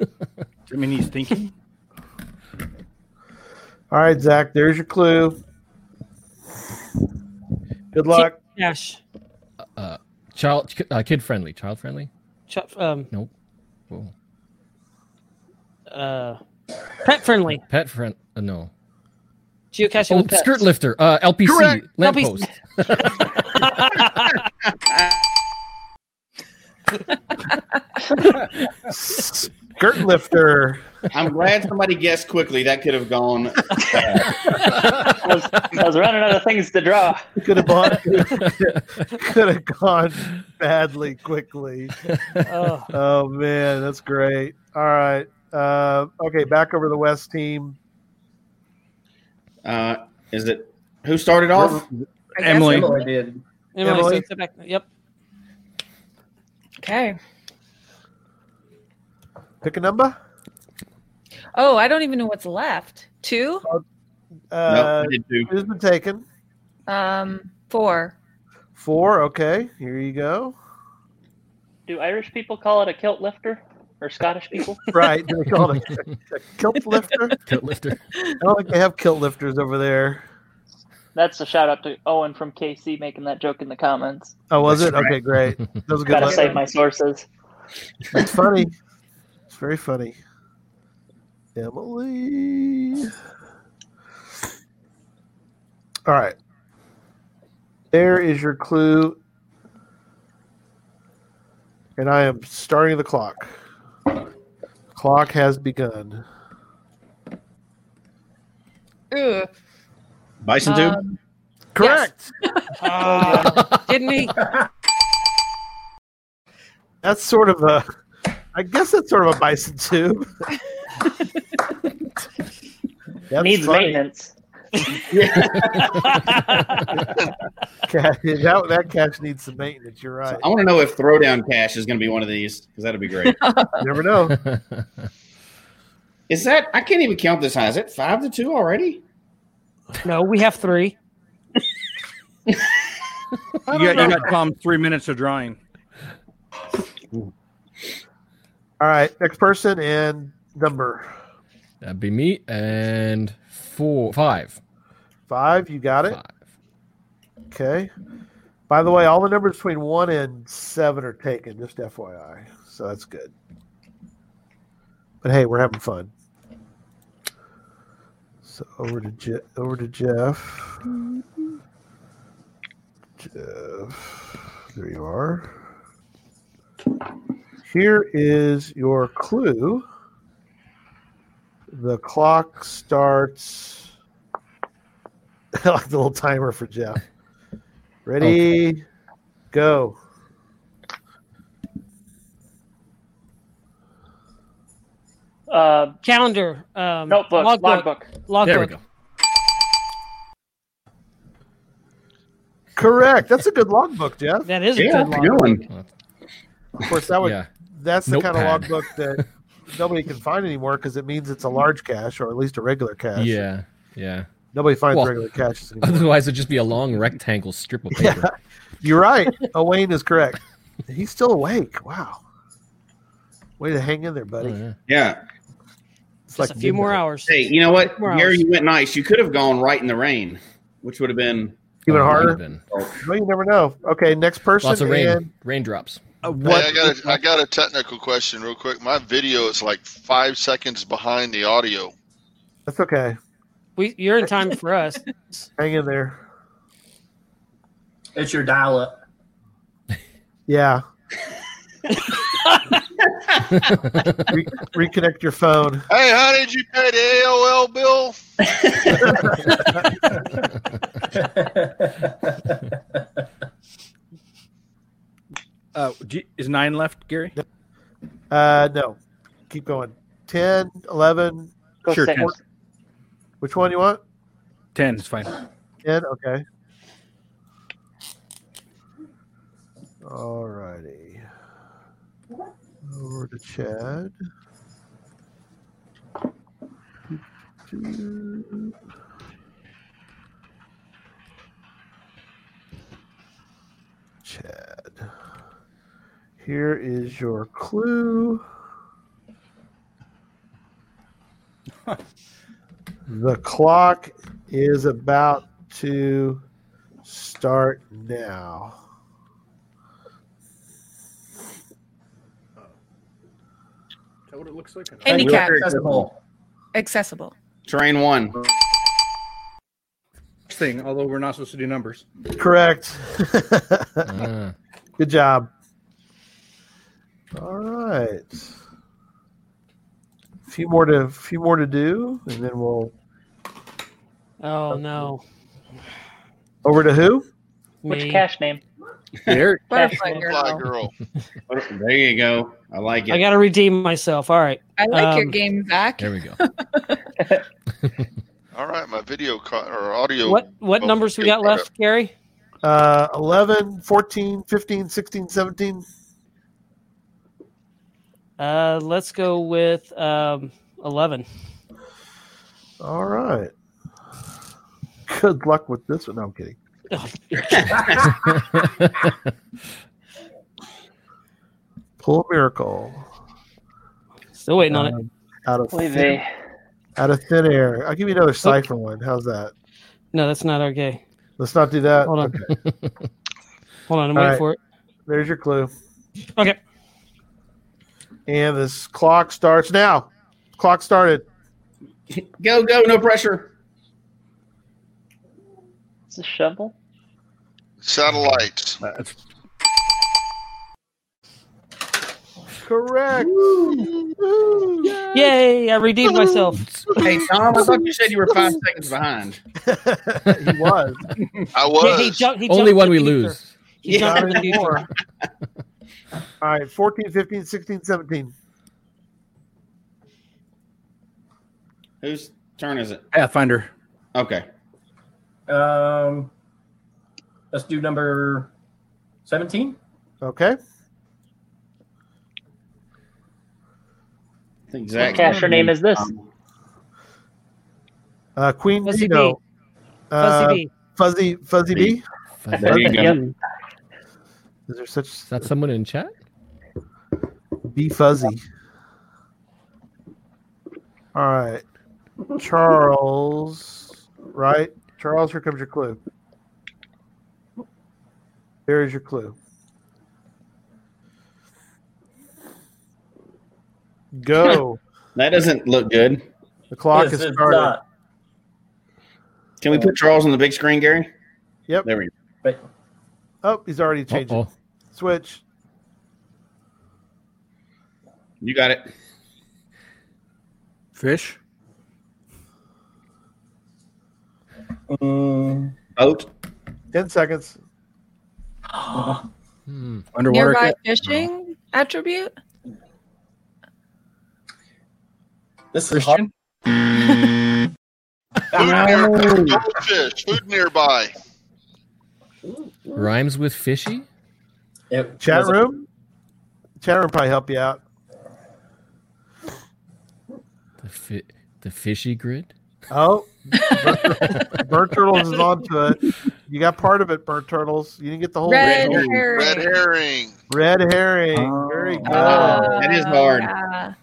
[SPEAKER 4] I mean, he's thinking.
[SPEAKER 1] All right, Zach. There's your clue. Good luck.
[SPEAKER 3] Cash.
[SPEAKER 8] Uh, child, uh, kid friendly. Child friendly.
[SPEAKER 3] Ch- um,
[SPEAKER 8] Cool.
[SPEAKER 3] uh, pet friendly.
[SPEAKER 8] Pet friend. Uh, no.
[SPEAKER 3] Geocaching
[SPEAKER 8] Oh,
[SPEAKER 3] with pets.
[SPEAKER 8] skirt lifter. Uh, LPC.
[SPEAKER 6] Correct.
[SPEAKER 8] Lamppost.
[SPEAKER 1] Skirt lifter.
[SPEAKER 2] I'm glad somebody guessed quickly. That could have gone.
[SPEAKER 7] I was, I was running out of things to draw.
[SPEAKER 1] Could have gone, could have gone badly quickly.
[SPEAKER 3] Oh,
[SPEAKER 1] Oh man, that's great. All right. Uh, okay, back over the West team.
[SPEAKER 2] Uh, is it who started off?
[SPEAKER 5] I guess
[SPEAKER 4] Emily.
[SPEAKER 5] Emily.
[SPEAKER 9] Emily did.
[SPEAKER 3] Emily,
[SPEAKER 1] Emily?
[SPEAKER 3] so sit back. Yep.
[SPEAKER 5] Okay.
[SPEAKER 1] Pick a number.
[SPEAKER 5] Oh, I don't even know what's left. Two,
[SPEAKER 1] Uh,
[SPEAKER 2] no, I did too.
[SPEAKER 1] Who's been taken?
[SPEAKER 5] um, four.
[SPEAKER 1] Four. Okay, here you go.
[SPEAKER 7] Do Irish people call it a kilt lifter? or Scottish people.
[SPEAKER 1] right? Do they call it a, a kilt lifter?
[SPEAKER 8] Tilt lifter.
[SPEAKER 1] I don't think they have kilt lifters over there.
[SPEAKER 7] That's a shout out to Owen from KC making that joke in the comments.
[SPEAKER 1] Oh, was it? Okay, great. That was a good.
[SPEAKER 7] Gotta
[SPEAKER 1] one.
[SPEAKER 7] save my sources.
[SPEAKER 1] It's funny. It's very funny. Emily. All right. There is your clue. And I am starting the clock. Clock has begun.
[SPEAKER 5] Ugh.
[SPEAKER 2] Bison tube.
[SPEAKER 5] Um,
[SPEAKER 1] Correct.
[SPEAKER 5] didn't he?
[SPEAKER 1] That's sort of a I guess that's sort of a bison tube. That's
[SPEAKER 7] Needs
[SPEAKER 1] funny.
[SPEAKER 7] maintenance.
[SPEAKER 1] Cat- that, that catch needs some maintenance. You're right.
[SPEAKER 2] I want to know if Throwdown Cash is going to be one of these because that'd be great.
[SPEAKER 1] You never know.
[SPEAKER 2] is that I can't even count this high. Is it five to two already?
[SPEAKER 3] No, we have three.
[SPEAKER 4] You got, you got Tom three minutes of drawing.
[SPEAKER 1] All right, next person and number
[SPEAKER 8] That'd be me and four, five.
[SPEAKER 1] five. You got it.
[SPEAKER 8] Five.
[SPEAKER 1] Okay. By the way, all the numbers between one and seven are taken. Just FYI, so that's good. But hey, we're having fun. So over to Je- over to Jeff. Jeff, there you are. Here is your clue. The clock starts. I like the little timer for Jeff. Ready, go.
[SPEAKER 7] Uh,
[SPEAKER 3] Calendar. Um,
[SPEAKER 7] notebook, logbook.
[SPEAKER 3] Logbook.
[SPEAKER 8] There we go.
[SPEAKER 1] Correct. That's a good logbook, Jeff.
[SPEAKER 3] That is a
[SPEAKER 2] Yeah,
[SPEAKER 3] good
[SPEAKER 2] that's a
[SPEAKER 3] logbook.
[SPEAKER 2] good one.
[SPEAKER 1] Of course, that would
[SPEAKER 8] yeah.
[SPEAKER 1] that's the kind of
[SPEAKER 8] Notepad.
[SPEAKER 1] logbook that nobody can find anymore because it means it's a large cache or at least a regular cache.
[SPEAKER 8] Yeah. Yeah.
[SPEAKER 1] Nobody finds
[SPEAKER 8] Well-
[SPEAKER 1] regular caches anymore.
[SPEAKER 8] Otherwise, it'd just be a long rectangle strip of paper.
[SPEAKER 1] You're right. Owain is correct. He's still awake. Wow. Way to hang in there,
[SPEAKER 8] Oh,
[SPEAKER 1] buddy.
[SPEAKER 8] yeah.
[SPEAKER 2] Yeah.
[SPEAKER 1] It's
[SPEAKER 3] Just a few more
[SPEAKER 1] midnight.
[SPEAKER 3] hours.
[SPEAKER 2] Hey, you know what,
[SPEAKER 3] Where
[SPEAKER 2] Gary?
[SPEAKER 3] else?
[SPEAKER 2] You went nice. You could have gone right in the rain, which would have been
[SPEAKER 1] Even
[SPEAKER 8] Oh,
[SPEAKER 1] harder.
[SPEAKER 8] even.
[SPEAKER 1] Well, you never know. Okay, next person.
[SPEAKER 8] Lots of rain.
[SPEAKER 1] and-
[SPEAKER 8] Raindrops.
[SPEAKER 4] Uh,
[SPEAKER 6] Hey,
[SPEAKER 4] what?
[SPEAKER 6] I got a, I got a technical question real quick. My video is like five seconds behind the audio.
[SPEAKER 1] that's okay.
[SPEAKER 3] We, you're in time for us.
[SPEAKER 1] Hang in there.
[SPEAKER 9] It's your dial up.
[SPEAKER 1] Yeah. Re- reconnect your phone.
[SPEAKER 6] Hey, how did you pay the AOL bill?
[SPEAKER 4] Uh, do you- is nine left, Gary?
[SPEAKER 1] Uh, no, keep going. 10, 11.
[SPEAKER 7] Go
[SPEAKER 4] Sure,
[SPEAKER 7] six.
[SPEAKER 4] Ken.
[SPEAKER 1] Which one you want?
[SPEAKER 4] Ten is fine.
[SPEAKER 1] 10. Okay. All righty. Over to Chad. Chad. Here is your clue. the clock is about to start now.
[SPEAKER 4] That what it looks like.
[SPEAKER 5] Handicap.
[SPEAKER 9] Accessible.
[SPEAKER 5] Accessible.
[SPEAKER 2] train one.
[SPEAKER 4] Thing, although we're not supposed to do numbers.
[SPEAKER 1] Correct.
[SPEAKER 8] Ah.
[SPEAKER 1] Good job. All right. A few more to few more to do, and then we'll
[SPEAKER 3] Oh, no.
[SPEAKER 1] over to who?
[SPEAKER 7] Which
[SPEAKER 3] Me.
[SPEAKER 7] cash name?
[SPEAKER 4] There.
[SPEAKER 5] Butterfly
[SPEAKER 7] Butterfly
[SPEAKER 6] Fly
[SPEAKER 5] girl.
[SPEAKER 6] girl.
[SPEAKER 2] There you go. I like it.
[SPEAKER 3] I got to redeem myself. All right.
[SPEAKER 5] I like your
[SPEAKER 3] Um,
[SPEAKER 5] game back.
[SPEAKER 8] There we go.
[SPEAKER 6] All right, my video co- or audio.
[SPEAKER 3] What what
[SPEAKER 6] Oh,
[SPEAKER 3] numbers we
[SPEAKER 6] good.
[SPEAKER 3] got left, Gary?
[SPEAKER 1] Uh, 11, 14, 15, 16, 17.
[SPEAKER 3] Uh, let's go with um, 11.
[SPEAKER 1] All right. Good luck with this one. No, I'm kidding. Pull a miracle.
[SPEAKER 3] Still waiting on it.
[SPEAKER 1] Um, out of
[SPEAKER 7] Oy
[SPEAKER 1] thin,
[SPEAKER 7] vey.
[SPEAKER 1] out of thin air. I'll give you another cipher one. How's that?
[SPEAKER 3] No, that's not our gay.
[SPEAKER 1] Let's not do that.
[SPEAKER 3] Hold on.
[SPEAKER 1] Uh, Okay.
[SPEAKER 3] Hold on, I'm
[SPEAKER 1] All
[SPEAKER 3] waiting
[SPEAKER 1] right.
[SPEAKER 3] for it.
[SPEAKER 1] There's your clue.
[SPEAKER 3] Okay.
[SPEAKER 1] And this clock starts now. Clock started.
[SPEAKER 2] Go, go, no pressure.
[SPEAKER 7] It's a shovel.
[SPEAKER 6] Satellites.
[SPEAKER 4] That's
[SPEAKER 1] Correct.
[SPEAKER 3] Yay! I redeemed myself.
[SPEAKER 2] Hey, Tom, I thought you said you were five seconds behind.
[SPEAKER 1] he was.
[SPEAKER 6] I
[SPEAKER 3] Yeah,
[SPEAKER 6] was.
[SPEAKER 3] he jumped. He
[SPEAKER 8] Only
[SPEAKER 3] jumped
[SPEAKER 8] one
[SPEAKER 3] the
[SPEAKER 8] we
[SPEAKER 3] future.
[SPEAKER 8] lose.
[SPEAKER 3] He jumped
[SPEAKER 1] Not
[SPEAKER 3] in the future.
[SPEAKER 1] anymore. All right, 14, 15, 16, 17.
[SPEAKER 2] Whose turn is it?
[SPEAKER 4] Pathfinder.
[SPEAKER 2] Okay.
[SPEAKER 9] Um, let's do number seventeen.
[SPEAKER 1] Okay.
[SPEAKER 2] I think Zach. Um,
[SPEAKER 7] Cash, your name is this.
[SPEAKER 1] Uh, Queen
[SPEAKER 3] Fuzzy
[SPEAKER 1] Dino.
[SPEAKER 3] B. Fuzzy
[SPEAKER 1] Uh,
[SPEAKER 3] B.
[SPEAKER 1] Fuzzy Fuzzy B.
[SPEAKER 8] Is
[SPEAKER 2] There you go.
[SPEAKER 7] Yep.
[SPEAKER 1] Is there such
[SPEAKER 8] that someone in chat?
[SPEAKER 1] B Fuzzy? All right, Charles. Right, Charles. Here comes your clue. There is your clue. Go.
[SPEAKER 2] That doesn't look good.
[SPEAKER 1] The clock is
[SPEAKER 9] This is
[SPEAKER 1] started.
[SPEAKER 9] not-
[SPEAKER 2] Can we put Charles on the big screen, Gary?
[SPEAKER 1] Yep.
[SPEAKER 2] There we go.
[SPEAKER 9] but
[SPEAKER 1] Oh, he's already changed it.
[SPEAKER 8] Oh,
[SPEAKER 1] Switch.
[SPEAKER 2] You got it.
[SPEAKER 4] Fish.
[SPEAKER 9] mm,
[SPEAKER 2] Boat.
[SPEAKER 1] Ten seconds.
[SPEAKER 8] hmm.
[SPEAKER 4] Underwater.
[SPEAKER 5] Nearby
[SPEAKER 4] cat.
[SPEAKER 5] fishing attribute?
[SPEAKER 9] this is hard.
[SPEAKER 4] Christian.
[SPEAKER 6] Food nearby.
[SPEAKER 3] Oh.
[SPEAKER 6] Goldfish. Food nearby.
[SPEAKER 8] rhymes with fishy.
[SPEAKER 9] It
[SPEAKER 1] Chat
[SPEAKER 9] was a-
[SPEAKER 1] room. Chat room probably help you out.
[SPEAKER 8] The fi- the fishy grid.
[SPEAKER 1] Oh, Burnt, Burnt Turtles is onto it. You got part of it, Burnt Turtles. You didn't get the whole
[SPEAKER 5] Red,
[SPEAKER 1] thing.
[SPEAKER 5] herring.
[SPEAKER 6] Red herring.
[SPEAKER 1] Red herring. Very good.
[SPEAKER 2] Oh, that is hard.
[SPEAKER 5] yeah.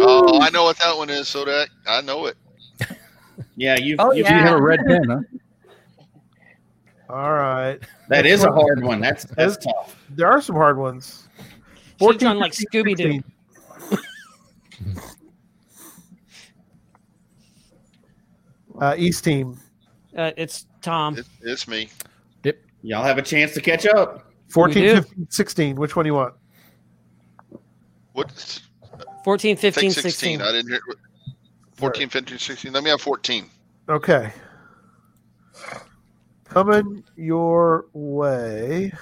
[SPEAKER 6] Oh, I know what that one is, Sodak. I know it.
[SPEAKER 2] Yeah, you.
[SPEAKER 5] Oh,
[SPEAKER 2] you
[SPEAKER 4] You
[SPEAKER 5] yeah.
[SPEAKER 4] have a red pen, huh?
[SPEAKER 1] All right.
[SPEAKER 2] That is a hard one. That's that's tough.
[SPEAKER 1] There are some hard ones.
[SPEAKER 3] Should've done like Scooby Doo.
[SPEAKER 1] 16. Uh, East team,
[SPEAKER 3] Uh, it's Tom.
[SPEAKER 6] It- It's me.
[SPEAKER 2] Y'all have a chance to catch up.
[SPEAKER 1] 14,
[SPEAKER 3] We do.
[SPEAKER 1] 15, 16. Which one do you want?
[SPEAKER 6] What?
[SPEAKER 3] 14,
[SPEAKER 6] Take
[SPEAKER 3] 15,
[SPEAKER 6] 16.
[SPEAKER 3] 16.
[SPEAKER 6] I didn't hear. 14, 15, 16. Let me have 14.
[SPEAKER 1] Okay. Coming your way.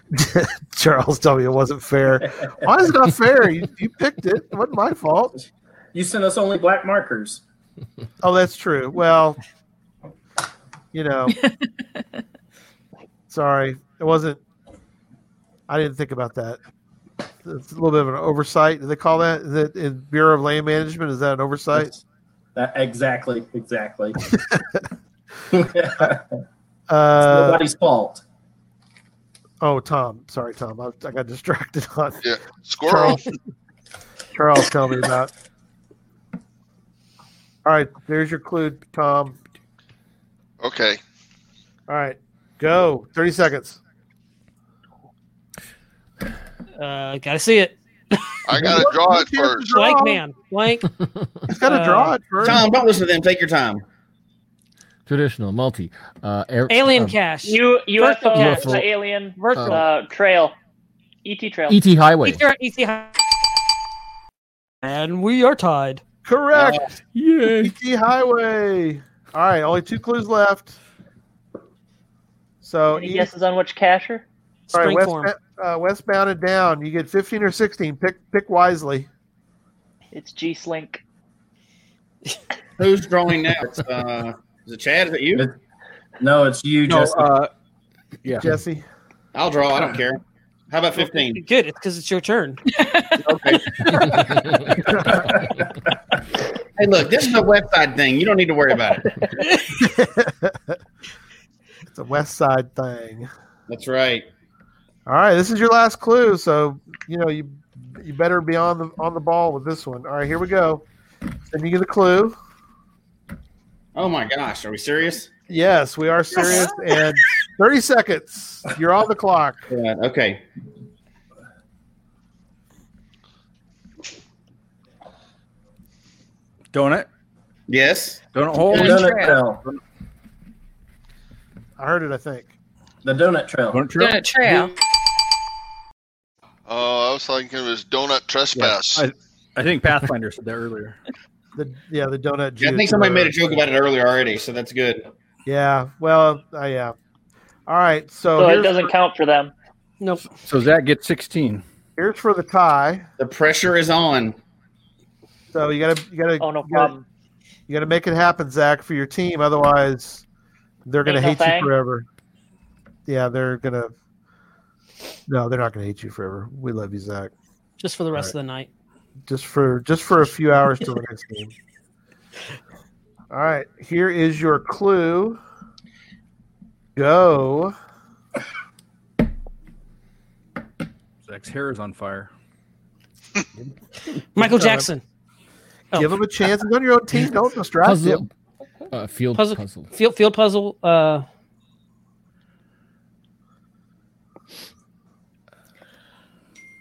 [SPEAKER 1] Charles told me it wasn't fair. Why is it not fair? You, you picked it. It wasn't my fault.
[SPEAKER 9] You sent us only black markers.
[SPEAKER 1] Oh, that's true. Well, you know, sorry. It wasn't. I didn't think about that. It's a little bit of an oversight. Do they call that? Is it in Bureau of Land Management? Is that an oversight?
[SPEAKER 9] That- exactly, exactly.
[SPEAKER 1] Uh,
[SPEAKER 9] Nobody's fault.
[SPEAKER 1] oh, Tom. Sorry, Tom. I, I got distracted on
[SPEAKER 6] Squirrel.
[SPEAKER 1] Charles, tell me about. All right, there's your clue, Tom.
[SPEAKER 6] Okay.
[SPEAKER 1] All right, go. Thirty seconds.
[SPEAKER 3] Uh, gotta see it.
[SPEAKER 6] I got to draw it first.
[SPEAKER 3] Blank man. Blank.
[SPEAKER 1] He's got to
[SPEAKER 3] Uh,
[SPEAKER 1] draw it first.
[SPEAKER 2] Tom, don't listen to them. Take your time.
[SPEAKER 8] Traditional multi. Uh, air,
[SPEAKER 3] Alien
[SPEAKER 8] um,
[SPEAKER 3] cash.
[SPEAKER 7] U- UFO,
[SPEAKER 8] Virtual.
[SPEAKER 7] the alien,
[SPEAKER 3] Virtual.
[SPEAKER 7] uh, trail, ET trail.
[SPEAKER 8] ET E highway.
[SPEAKER 3] Ether- Ether High- and we are tied.
[SPEAKER 1] Correct.
[SPEAKER 6] Oh.
[SPEAKER 8] Yeah.
[SPEAKER 1] ET Highway. All right, only two clues left. So
[SPEAKER 7] Any
[SPEAKER 1] east-
[SPEAKER 7] guesses on which casher?
[SPEAKER 1] all right,
[SPEAKER 3] Spring form.
[SPEAKER 1] westbound, uh, westbound and down. You get fifteen or sixteen. Pick pick wisely.
[SPEAKER 7] It's G Slink.
[SPEAKER 2] Who's drawing now? It's, uh, is it Chad? Is it you?
[SPEAKER 9] No, it's you,
[SPEAKER 4] No,
[SPEAKER 9] Justin.
[SPEAKER 4] uh, yeah.
[SPEAKER 1] Jesse.
[SPEAKER 2] I'll draw. I don't care. How about 15?
[SPEAKER 3] Good. It's because it's your turn.
[SPEAKER 2] Okay. hey, look, this is a website thing. You don't need to worry about it.
[SPEAKER 1] It's a West Side thing.
[SPEAKER 2] That's right.
[SPEAKER 1] All right, this is your last clue. So you know you You better be on the on the ball with this one. All right, here we go. Sending you the clue.
[SPEAKER 2] Oh my gosh, are we serious?
[SPEAKER 1] Yes, we are serious. And 30 seconds. You're on the clock.
[SPEAKER 2] Yeah, okay.
[SPEAKER 4] Donut.
[SPEAKER 2] Yes.
[SPEAKER 4] Donut hole.
[SPEAKER 9] The donut trail.
[SPEAKER 1] I heard it, I think.
[SPEAKER 9] The donut trail.
[SPEAKER 4] Donut trail.
[SPEAKER 5] Donut trail.
[SPEAKER 6] Oh, I was thinking it was donut trespass.
[SPEAKER 4] I, I think Pathfinder said that earlier.
[SPEAKER 1] The yeah, the donut juice.
[SPEAKER 2] I think somebody made a joke about it earlier already, so that's good.
[SPEAKER 1] Yeah. Well, uh, yeah. All right. So,
[SPEAKER 7] So it
[SPEAKER 1] here's,
[SPEAKER 7] doesn't count for them.
[SPEAKER 3] Nope.
[SPEAKER 4] So Zach gets 16.
[SPEAKER 1] here's for the tie.
[SPEAKER 2] The pressure is on.
[SPEAKER 1] So you gotta you gotta
[SPEAKER 7] Oh, no
[SPEAKER 1] you gotta-
[SPEAKER 7] problem.
[SPEAKER 1] You got to make it happen, Zach, for your team. Otherwise, they're going to hate
[SPEAKER 7] Ain't no
[SPEAKER 1] you
[SPEAKER 7] thing.
[SPEAKER 1] forever. Yeah, they're going to. No, they're not going to hate you forever. We love you, Zach.
[SPEAKER 3] Just for the rest of the night.
[SPEAKER 1] Just for just for a few hours till the next game. All right, here is your clue. Go.
[SPEAKER 4] Zach's hair is on fire.
[SPEAKER 3] Michael
[SPEAKER 1] Good time.
[SPEAKER 3] Jackson. Oh.
[SPEAKER 1] Give them a chance. It's on your own team. Don't distract
[SPEAKER 8] Puzzle.
[SPEAKER 1] them.
[SPEAKER 8] Uh, field
[SPEAKER 3] Puzzle.
[SPEAKER 8] puzzle.
[SPEAKER 3] Field field puzzle. Uh,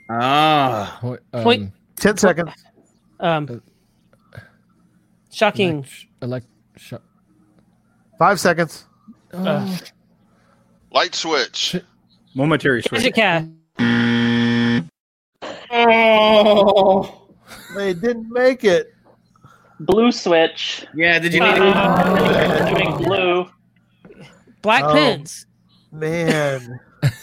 [SPEAKER 2] Ah.
[SPEAKER 8] Ho- um,
[SPEAKER 3] Point.
[SPEAKER 1] Ten seconds.
[SPEAKER 3] um,
[SPEAKER 8] Uh,
[SPEAKER 3] shocking.
[SPEAKER 8] elect- elect- sh-
[SPEAKER 1] Five seconds.
[SPEAKER 8] oh,
[SPEAKER 3] Uh,
[SPEAKER 6] Light switch.
[SPEAKER 4] Momentary
[SPEAKER 3] Magic
[SPEAKER 4] switch.
[SPEAKER 3] cat.
[SPEAKER 2] Oh.
[SPEAKER 1] They didn't make it.
[SPEAKER 7] Blue switch.
[SPEAKER 2] Yeah, did you need
[SPEAKER 7] Ah, doing blue.
[SPEAKER 3] Black
[SPEAKER 1] Oh.
[SPEAKER 3] pins.
[SPEAKER 1] Man.
[SPEAKER 8] it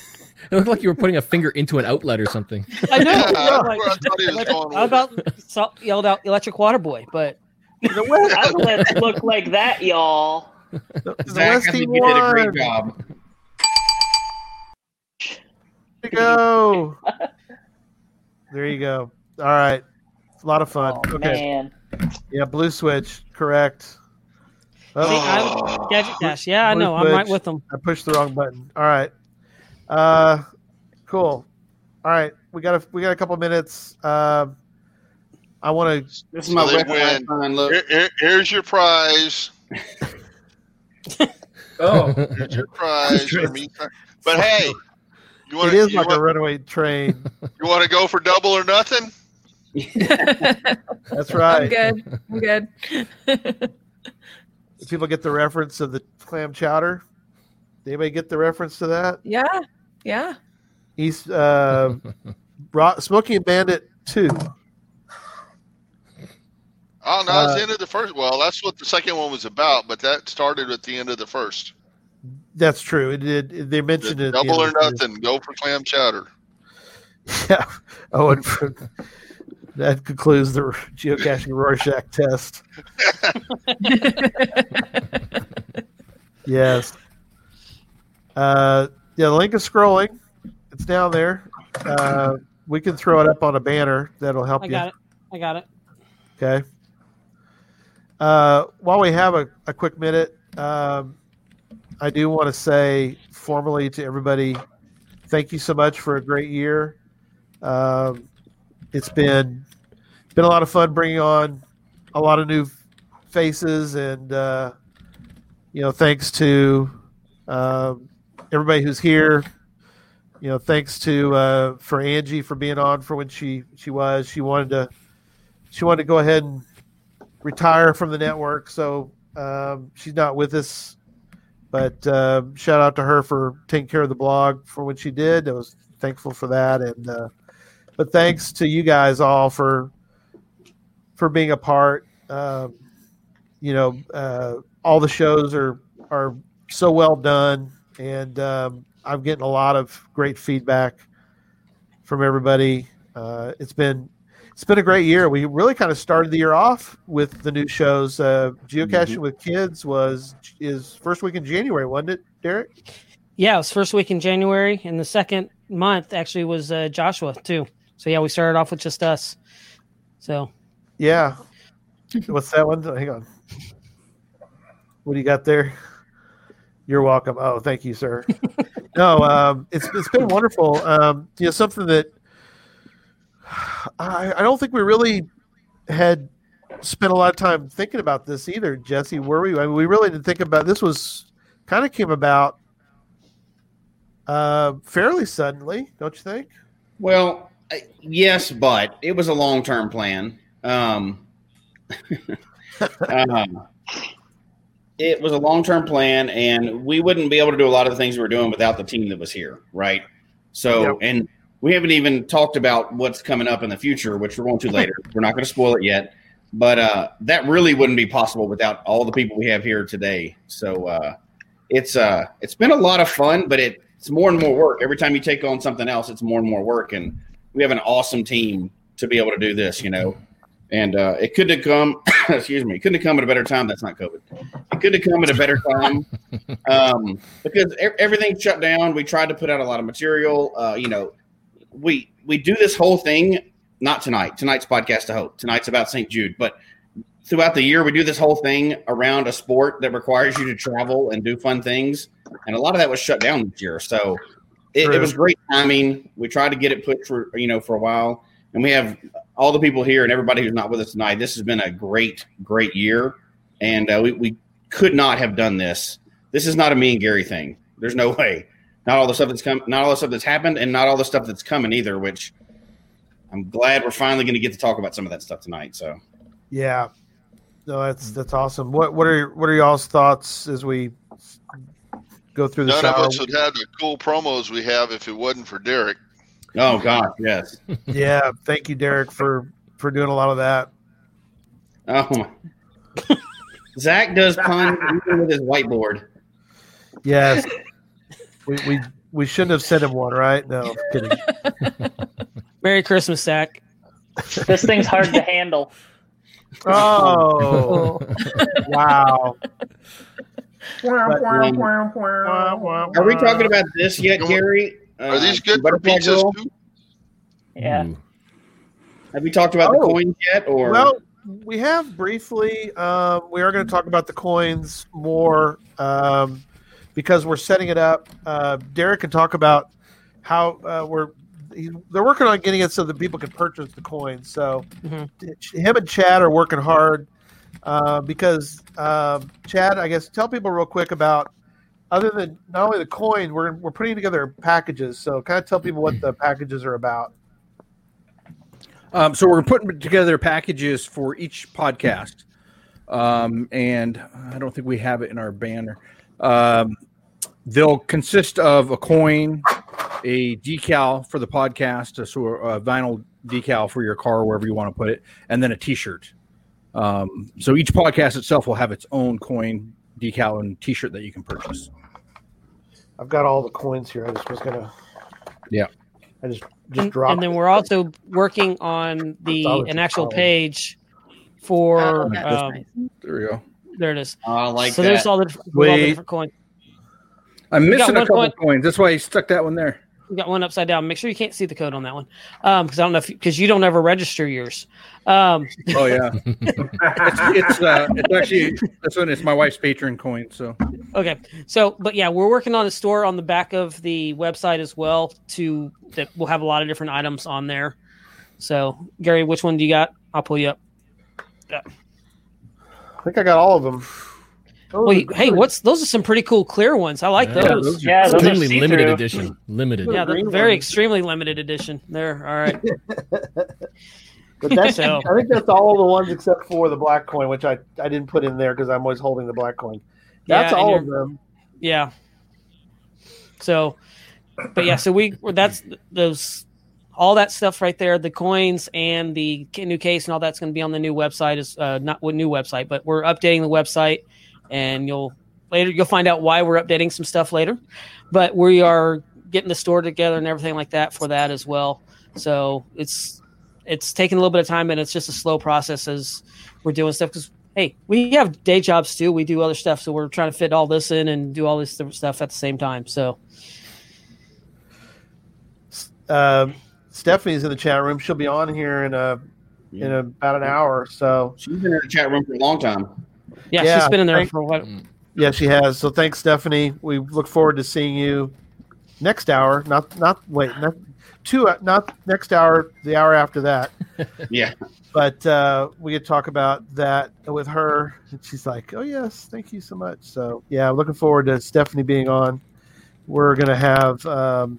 [SPEAKER 8] looked like you were putting a finger into an outlet or something.
[SPEAKER 3] I know.
[SPEAKER 6] Yeah,
[SPEAKER 3] I'm
[SPEAKER 6] that's where I
[SPEAKER 3] like-
[SPEAKER 6] thought he was going with
[SPEAKER 3] I
[SPEAKER 6] it.
[SPEAKER 3] about saw, yelled out "Electric Water Boy," but
[SPEAKER 7] Outlets look like that, y'all.
[SPEAKER 1] The, the
[SPEAKER 2] Zach,
[SPEAKER 1] West
[SPEAKER 2] I think
[SPEAKER 1] team
[SPEAKER 2] you did a
[SPEAKER 1] won.
[SPEAKER 2] great job.
[SPEAKER 1] There you go. there you go. All right. It's a lot of fun.
[SPEAKER 7] Oh,
[SPEAKER 1] okay.
[SPEAKER 7] man.
[SPEAKER 1] Yeah, blue switch. Correct.
[SPEAKER 3] See,
[SPEAKER 1] Oh,
[SPEAKER 3] I'm, Gadget Dash. Yeah, I know. I'm
[SPEAKER 1] Blue
[SPEAKER 3] right
[SPEAKER 1] switch.
[SPEAKER 3] with them.
[SPEAKER 1] I pushed the wrong button. All right. Uh cool. All right. We got a we got a couple minutes. Um I wanna
[SPEAKER 2] This is my
[SPEAKER 6] So they
[SPEAKER 2] recognized
[SPEAKER 6] win.
[SPEAKER 2] sign. Look,
[SPEAKER 6] Here- here- here's your prize.
[SPEAKER 9] Oh,
[SPEAKER 6] Here's your prize. for me. But hey, you want
[SPEAKER 1] it
[SPEAKER 6] to
[SPEAKER 1] is like a runaway train.
[SPEAKER 6] you want to go for double or nothing?
[SPEAKER 1] That's
[SPEAKER 5] I'm
[SPEAKER 1] right.
[SPEAKER 5] good. I'm good.
[SPEAKER 1] If People get the reference of the clam chowder. Did anybody get the reference to that?
[SPEAKER 5] yeah. Yeah.
[SPEAKER 1] He's uh brought Smoking and Bandit two.
[SPEAKER 6] Oh no, it's
[SPEAKER 1] Uh,
[SPEAKER 6] the end of the first. Well, that's what the second one was about, but that started at the end of the first.
[SPEAKER 1] That's true. It did. They
[SPEAKER 6] The
[SPEAKER 1] mentioned it. at the
[SPEAKER 6] double or
[SPEAKER 1] end of the
[SPEAKER 6] nothing. Go for clam chowder.
[SPEAKER 1] series. Yeah. Oh, and for, that concludes the geocaching Rorschach test. yes. Uh, yeah. The link is scrolling. It's down there. Uh, we can throw it up on a banner. That'll help
[SPEAKER 3] I
[SPEAKER 1] you.
[SPEAKER 3] got it. I got it.
[SPEAKER 1] Okay. Uh, while we have a, a quick minute, um, I do want to say formally to everybody, thank you so much for a great year. Um, it's been been a lot of fun bringing on a lot of new faces, and uh, you know, thanks to um, everybody who's here. You know, thanks to uh, for Angie for being on for when she she was. She wanted to she wanted to go ahead and retire from the network, so um, she's not with us. But uh, shout out to her for taking care of the blog for when she did. I was thankful for that, and uh, but thanks to you guys all for for being a part. Um, you know, uh, all the shows are are so well done, and um, I'm getting a lot of great feedback from everybody. Uh, it's been it's been a great year. We really kind of started the year off with the new shows. Uh, Geocaching with Kids was is first week in January, wasn't it, Derek?
[SPEAKER 3] Yeah, it was first week in January, and the second month actually was uh, Joshua too. So yeah, we started off with just us. So
[SPEAKER 1] Yeah. What's that one? Hang on. What do you got there? You're welcome. Oh, thank you, sir. no, um, it's it's been wonderful. Um, you know, something that I, I don't think we really had spent a lot of time thinking about this either, Jesse. Were we? I mean, we really didn't think about this. Was kind of came about uh, fairly suddenly, don't you think?
[SPEAKER 2] Well, I- yes, but it was a long term plan. Um, um, it was a long term plan, and we wouldn't be able to do a lot of the things we were doing without the team that was here, right? So,
[SPEAKER 1] Yep.
[SPEAKER 2] and we haven't even talked about what's coming up in the future, which we're going to later. we're not going to spoil it yet, but uh, that really wouldn't be possible without all the people we have here today. So, uh, it's uh, it's been a lot of fun, but it, it's more and more work every time you take on something else. It's more and more work, and we have an awesome team to be able to do this, you know. And uh, it couldn't have come, excuse me, it couldn't have come at a better time. That's not COVID. It couldn't have come at a better time um, because e- everything shut down. We tried to put out a lot of material. Uh, you know, we we do this whole thing not tonight. Tonight's podcast of hope. Tonight's about St. Jude, but throughout the year we do this whole thing around a sport that requires you to travel and do fun things, and a lot of that was shut down this year. So it, it
[SPEAKER 1] True.
[SPEAKER 2] was great timing. We tried to get it put for you know for a while, and we have all the people here and everybody who's not with us tonight. This has been a great great year, and uh, we, we could not have done this this is not a me and Gary thing. There's no way. Not all the stuff that's come, not all the stuff that's happened, and not all the stuff that's coming either. Which I'm glad we're finally going to get to talk about some of that stuff tonight. So
[SPEAKER 1] Yeah. No, that's that's awesome. What what are what are y'all's thoughts as we go through the
[SPEAKER 6] None of
[SPEAKER 1] shower?
[SPEAKER 6] us would have the cool promos we have if it wasn't for Derek.
[SPEAKER 2] oh god, yes.
[SPEAKER 1] Yeah, thank you, Derek, for for doing a lot of that.
[SPEAKER 2] Oh my. Zach does pun even with his whiteboard.
[SPEAKER 1] Yes, we we we shouldn't have sent him one, right? No, kidding.
[SPEAKER 3] Merry Christmas, Zach.
[SPEAKER 7] This thing's hard to handle.
[SPEAKER 1] Oh, wow. Wah, wah,
[SPEAKER 2] Are we
[SPEAKER 1] wah.
[SPEAKER 2] talking about this yet,
[SPEAKER 6] Come on.
[SPEAKER 2] Gary?
[SPEAKER 6] Are
[SPEAKER 2] Uh,
[SPEAKER 6] these good for
[SPEAKER 2] Butterfly
[SPEAKER 6] pizzas
[SPEAKER 2] Girl?
[SPEAKER 6] too?
[SPEAKER 7] Yeah.
[SPEAKER 8] Ooh.
[SPEAKER 2] Have we talked about
[SPEAKER 1] Oh.
[SPEAKER 2] the coins yet? Or
[SPEAKER 1] Well, we have briefly. Um, we are going to talk about the coins more um, because we're setting it up. Uh, Derek can talk about how uh, we're. He, they're working on getting it so that people can purchase the coins. So,
[SPEAKER 3] Mhm.
[SPEAKER 1] him and Chad are working hard uh, because um, Chad, I guess, tell people real quick about other than not only the coin, we're we're putting together packages. So, kind of tell people what the packages are about.
[SPEAKER 4] Um, so we're putting together packages for each podcast, um, and I don't think we have it in our banner. Um, they'll consist of a coin, a decal for the podcast, a, so a vinyl decal for your car, wherever you want to put it, and then a T-shirt. Um, so each podcast itself will have its own coin, decal, and T-shirt that you can purchase.
[SPEAKER 1] I've got all the coins here. I just was gonna.
[SPEAKER 4] Yeah.
[SPEAKER 1] I just just
[SPEAKER 3] And,
[SPEAKER 1] dropped.
[SPEAKER 3] and then
[SPEAKER 1] it.
[SPEAKER 3] we're also working on the
[SPEAKER 1] Solid
[SPEAKER 3] an actual
[SPEAKER 1] solid.
[SPEAKER 3] page for.
[SPEAKER 5] Oh, that's
[SPEAKER 3] um,
[SPEAKER 5] nice.
[SPEAKER 4] There we go.
[SPEAKER 3] There it is.
[SPEAKER 2] I like
[SPEAKER 3] Uh, so
[SPEAKER 2] that.
[SPEAKER 3] there's all the, diff- with all the
[SPEAKER 4] Wait.
[SPEAKER 3] different coins.
[SPEAKER 4] I'm
[SPEAKER 3] We got
[SPEAKER 4] missing a
[SPEAKER 3] one
[SPEAKER 4] couple
[SPEAKER 3] coin.
[SPEAKER 4] coins. That's why I stuck that one there.
[SPEAKER 3] We got one upside down. Make sure you can't see the code on that one, because I don't know if because you don't ever register yours. Um,
[SPEAKER 4] Oh yeah, it's it's, uh, it's actually this one. It's my wife's Patreon coin. So.
[SPEAKER 3] okay, so but yeah, we're working on a store on the back of the website as well. To that we'll have a lot of different items on there. So Gary, which one do you got? I'll pull you up.
[SPEAKER 1] I think I got all of them. Oh,
[SPEAKER 3] Well, you- hey, what's those are some pretty cool clear ones. I like
[SPEAKER 8] Yeah,
[SPEAKER 3] those.
[SPEAKER 4] those
[SPEAKER 7] Yeah, those are
[SPEAKER 8] Extremely limited
[SPEAKER 7] see-through.
[SPEAKER 8] edition. Limited.
[SPEAKER 3] Yeah,
[SPEAKER 1] green
[SPEAKER 3] they're very
[SPEAKER 1] ones.
[SPEAKER 3] extremely limited edition. There, all right.
[SPEAKER 1] But that's,
[SPEAKER 3] So-
[SPEAKER 1] I think that's all the ones except for the black coin, which I, I didn't put in there because I'm always holding the black coin. That's
[SPEAKER 3] Yeah, and
[SPEAKER 1] all
[SPEAKER 3] you're-
[SPEAKER 1] of them.
[SPEAKER 3] Yeah. So, but yeah, so we that's those all that stuff right there, the coins and the ca- new case and all that's going to be on the new website is uh, not what new website, but we're updating the website and you'll later you'll find out why we're updating some stuff later. But we are getting the store together and everything like that for that as well. So, it's it's taking a little bit of time and it's just a slow process as we're doing stuff cuz hey, we have day jobs too. We do other stuff, so we're trying to fit all this in and do all this different stuff at the same time. So
[SPEAKER 1] Um, Stephanie's in the chat room. She'll be on here in a in about an hour. So
[SPEAKER 2] She's been in the chat room for a long time.
[SPEAKER 3] yeah,
[SPEAKER 1] Yeah,
[SPEAKER 3] she's been in there
[SPEAKER 1] thank-
[SPEAKER 3] for what?
[SPEAKER 1] yeah, she has. So thanks, Stephanie. We look forward to seeing you next hour. Not not wait not, two, not next hour, the hour after that.
[SPEAKER 2] Yeah.
[SPEAKER 1] But uh, we could talk about that with her. And she's like, oh, yes, thank you so much. So, yeah, looking forward to Stephanie being on. We're going to have um,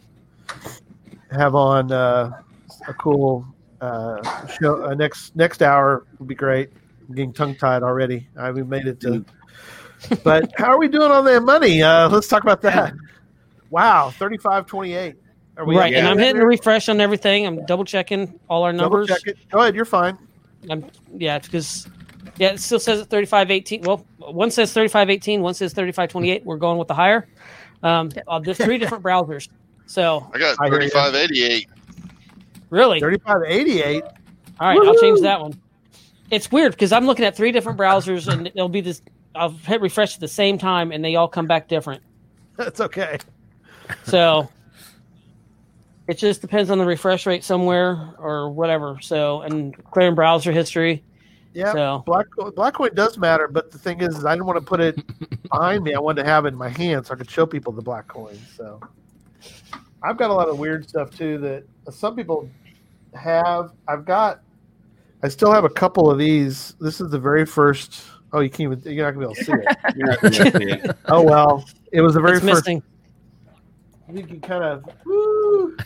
[SPEAKER 1] have on uh, a cool uh, show. Uh, next next hour would be great. I'm getting tongue tied already. I, we made it to. but how are we doing on that money? Uh, let's talk about that. Wow, 35 28. Are we
[SPEAKER 3] right, and
[SPEAKER 2] yeah.
[SPEAKER 3] I'm hitting refresh on everything. I'm double checking all our
[SPEAKER 1] Double
[SPEAKER 3] numbers.
[SPEAKER 1] check it. Go ahead, you're fine.
[SPEAKER 3] I'm, yeah, because yeah, it still says 3518. Well, one says 3518, one says 3528. We're going with the higher. Um, uh, there's three different browsers. So
[SPEAKER 6] I got
[SPEAKER 1] I hear ya.
[SPEAKER 6] 3588.
[SPEAKER 3] really, all
[SPEAKER 1] 35 88.
[SPEAKER 3] right, I'll change that one. It's weird because I'm looking at three different browsers, and it'll be this. I'll hit refresh at the same time, and they all come back different.
[SPEAKER 1] That's okay.
[SPEAKER 3] So it just depends on the refresh rate somewhere or whatever. So and clearing browser history.
[SPEAKER 1] Yeah.
[SPEAKER 3] So
[SPEAKER 1] Black Blackcoin does matter, but the thing is, is I didn't want to put it behind me. I wanted to have it in my hand so I could show people the black coin. So I've got a lot of weird stuff too that some people have. I've got. I still have a couple of these. This is the very first. Oh, you can't even. You're not gonna be able to see it.
[SPEAKER 2] You're not gonna see it.
[SPEAKER 1] Oh well, it was the very
[SPEAKER 3] it's
[SPEAKER 1] first.
[SPEAKER 3] missing.
[SPEAKER 1] You can kind of. Woo,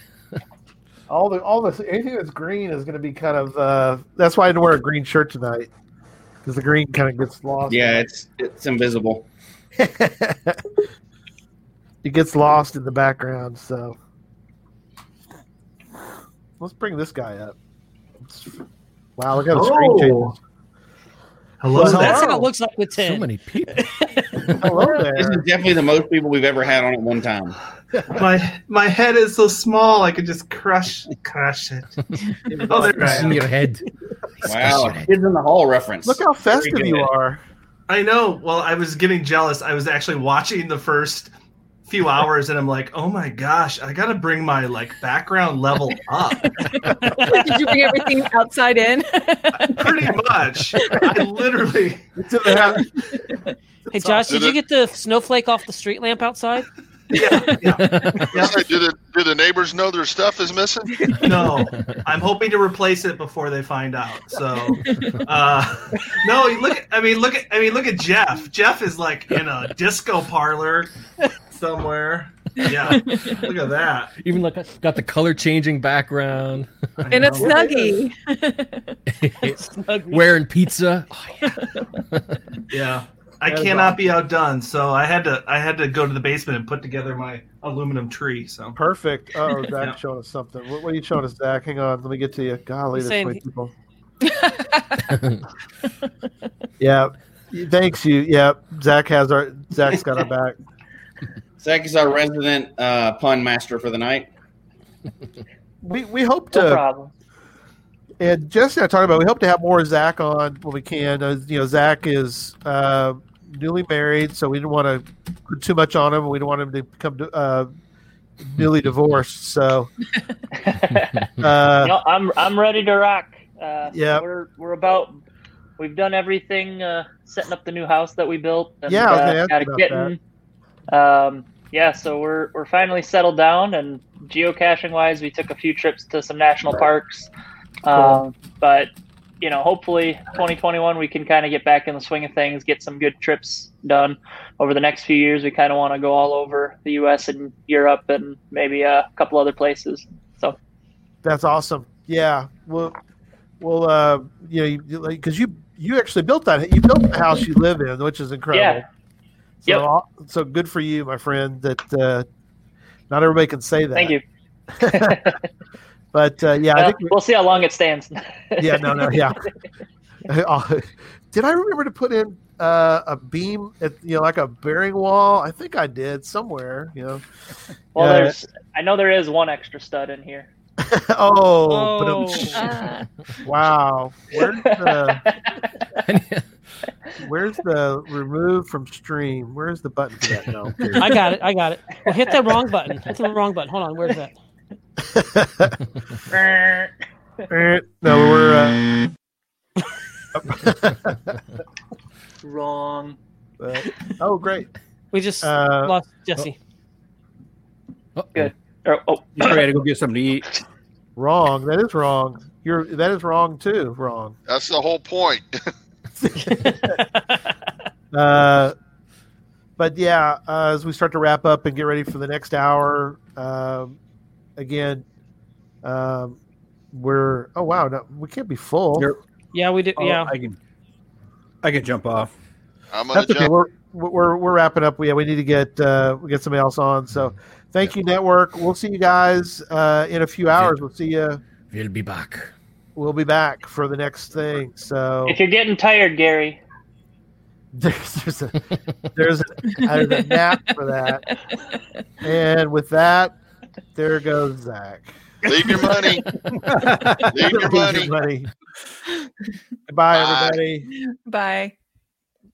[SPEAKER 1] all the all this anything that's green is going to be kind of. Uh, that's why I didn't wear a green shirt tonight because the green kind of gets lost.
[SPEAKER 2] Yeah, it's it's invisible.
[SPEAKER 1] it gets lost in the background. So let's bring this guy up. Wow, look at the screen
[SPEAKER 9] Oh.
[SPEAKER 1] change.
[SPEAKER 9] Hello.
[SPEAKER 1] Oh. So
[SPEAKER 3] That's
[SPEAKER 9] there.
[SPEAKER 3] how it looks like with
[SPEAKER 8] So
[SPEAKER 3] ten.
[SPEAKER 8] many people.
[SPEAKER 1] Hello
[SPEAKER 2] This is
[SPEAKER 1] there.
[SPEAKER 2] definitely the most people we've ever had on at one time.
[SPEAKER 10] My my head is so small I could just crush crush it. oh, there I
[SPEAKER 8] It's in
[SPEAKER 10] am.
[SPEAKER 8] your head.
[SPEAKER 2] Wow, kids in the hall reference.
[SPEAKER 1] Look how festive
[SPEAKER 2] Very good.
[SPEAKER 1] you are.
[SPEAKER 10] I know. Well, I was getting jealous. I was actually watching the first few hours, and I'm like, oh my gosh, I gotta bring my like background level up.
[SPEAKER 5] Did you bring everything outside in?
[SPEAKER 10] Pretty much. I literally.
[SPEAKER 1] It's in the house.
[SPEAKER 3] Hey Josh, did
[SPEAKER 6] Did
[SPEAKER 3] you
[SPEAKER 6] it-
[SPEAKER 3] get the snowflake off the street lamp outside?
[SPEAKER 10] Yeah,
[SPEAKER 6] Yeah. Do the do the neighbors know their stuff is missing?
[SPEAKER 10] no, I'm hoping to replace it before they find out. So, uh, no, you look. At, I mean, look at. I mean, look at Jeff. Jeff is like in a disco parlor somewhere. Yeah, look at that.
[SPEAKER 8] Even look, got the color changing background.
[SPEAKER 10] I
[SPEAKER 5] and it's
[SPEAKER 10] know.
[SPEAKER 5] Snuggy.
[SPEAKER 8] Wearing pizza. Oh,
[SPEAKER 10] Yeah. I
[SPEAKER 1] That is
[SPEAKER 10] cannot be outdone, so I had to I had to go to the basement and put together my aluminum tree. So
[SPEAKER 1] Perfect. Oh,
[SPEAKER 10] Yeah.
[SPEAKER 1] Zach's showing us something. What, what are you showing us, Zach? Hang on. Let me get to you. Golly,
[SPEAKER 3] He's
[SPEAKER 1] there's so many
[SPEAKER 3] saying-
[SPEAKER 1] people. yeah. Thanks you. Yeah. Zach has our Zach's got our back.
[SPEAKER 2] Zach is our resident uh, pun master for the night.
[SPEAKER 1] We we hope
[SPEAKER 7] No
[SPEAKER 1] to
[SPEAKER 7] problem.
[SPEAKER 1] and Jesse and I talked about we hope to have more Zach on when we can. Uh, you know, Zach is uh, newly married, so we didn't want to put too much on him. We didn't want him to become uh, newly divorced. So, uh,
[SPEAKER 7] no, I'm I'm ready to rock. Uh,
[SPEAKER 1] Yeah.
[SPEAKER 7] we're we're about. We've done everything, uh, setting up the new house that we built. And,
[SPEAKER 1] Yeah, I was gonna
[SPEAKER 7] uh,
[SPEAKER 1] ask
[SPEAKER 7] got a
[SPEAKER 1] about
[SPEAKER 7] kitten. Um, yeah, so we're we're finally settled down, and geocaching wise, we took a few trips to some national parks. Um, but you know, hopefully, 2021 we can kind of get back in the swing of things, get some good trips done over the next few years. We kind of want to go all over the U.S. and Europe, and maybe uh, a couple other places. So
[SPEAKER 1] that's awesome. Yeah, we'll we'll uh, you know you- you, like because you you actually built that you built the house you live in, which is incredible.
[SPEAKER 7] Yeah.
[SPEAKER 1] So,
[SPEAKER 7] Yep.
[SPEAKER 1] aw- so good for you, my friend. That uh, not everybody can say that.
[SPEAKER 7] thank you.
[SPEAKER 1] But uh, yeah, I
[SPEAKER 7] Well,
[SPEAKER 1] think we-
[SPEAKER 7] we'll see how long it stands.
[SPEAKER 1] yeah, no, no, yeah. Uh, did I remember to put in uh, a beam at you know like a bearing wall? I think I did somewhere. You know.
[SPEAKER 7] Well,
[SPEAKER 1] Yeah.
[SPEAKER 7] there's. I know there is one extra stud in here.
[SPEAKER 1] oh,
[SPEAKER 3] Oh.
[SPEAKER 1] ba-dum.
[SPEAKER 5] Ah.
[SPEAKER 1] wow! Where's the
[SPEAKER 8] yeah.
[SPEAKER 1] where's the remove from stream? Where's the button for that? No. okay.
[SPEAKER 3] I got it. I got it. Well, hit the wrong button. Hit the wrong button. Hold on. Where's that?
[SPEAKER 1] Eh, no, we're uh,
[SPEAKER 7] Wrong.
[SPEAKER 1] but- uh, oh great.
[SPEAKER 3] We just
[SPEAKER 1] Uh,
[SPEAKER 3] lost Jesse.
[SPEAKER 8] Uh-oh.
[SPEAKER 7] Good. Or, oh,
[SPEAKER 4] You probably had to go get something to eat.
[SPEAKER 1] Wrong. That is wrong. You're that is wrong too. Wrong.
[SPEAKER 6] That's the whole point.
[SPEAKER 1] Uh, but yeah, uh, as we start to wrap up and get ready for the next hour, um, again, um, we're oh wow, no, we can't be full.
[SPEAKER 3] Yeah, we did.
[SPEAKER 1] Oh,
[SPEAKER 3] yeah,
[SPEAKER 1] I
[SPEAKER 4] can, I can jump off.
[SPEAKER 6] I'm gonna
[SPEAKER 1] That's okay.
[SPEAKER 6] jump.
[SPEAKER 1] We're, we're we're wrapping up. Yeah, we need to get uh, we get somebody else on. So, thank you, network. We'll see you guys uh, in a few hours. We'll see you.
[SPEAKER 8] We'll be back.
[SPEAKER 1] We'll be back for the next thing. So
[SPEAKER 7] If you're getting tired, Gary,
[SPEAKER 1] there's there's a there's a, there's a nap for that. And with that, there goes Zach.
[SPEAKER 6] Leave your money. Leave your money.
[SPEAKER 1] Leave your money. Bye,
[SPEAKER 6] Bye.
[SPEAKER 1] everybody.
[SPEAKER 5] Bye.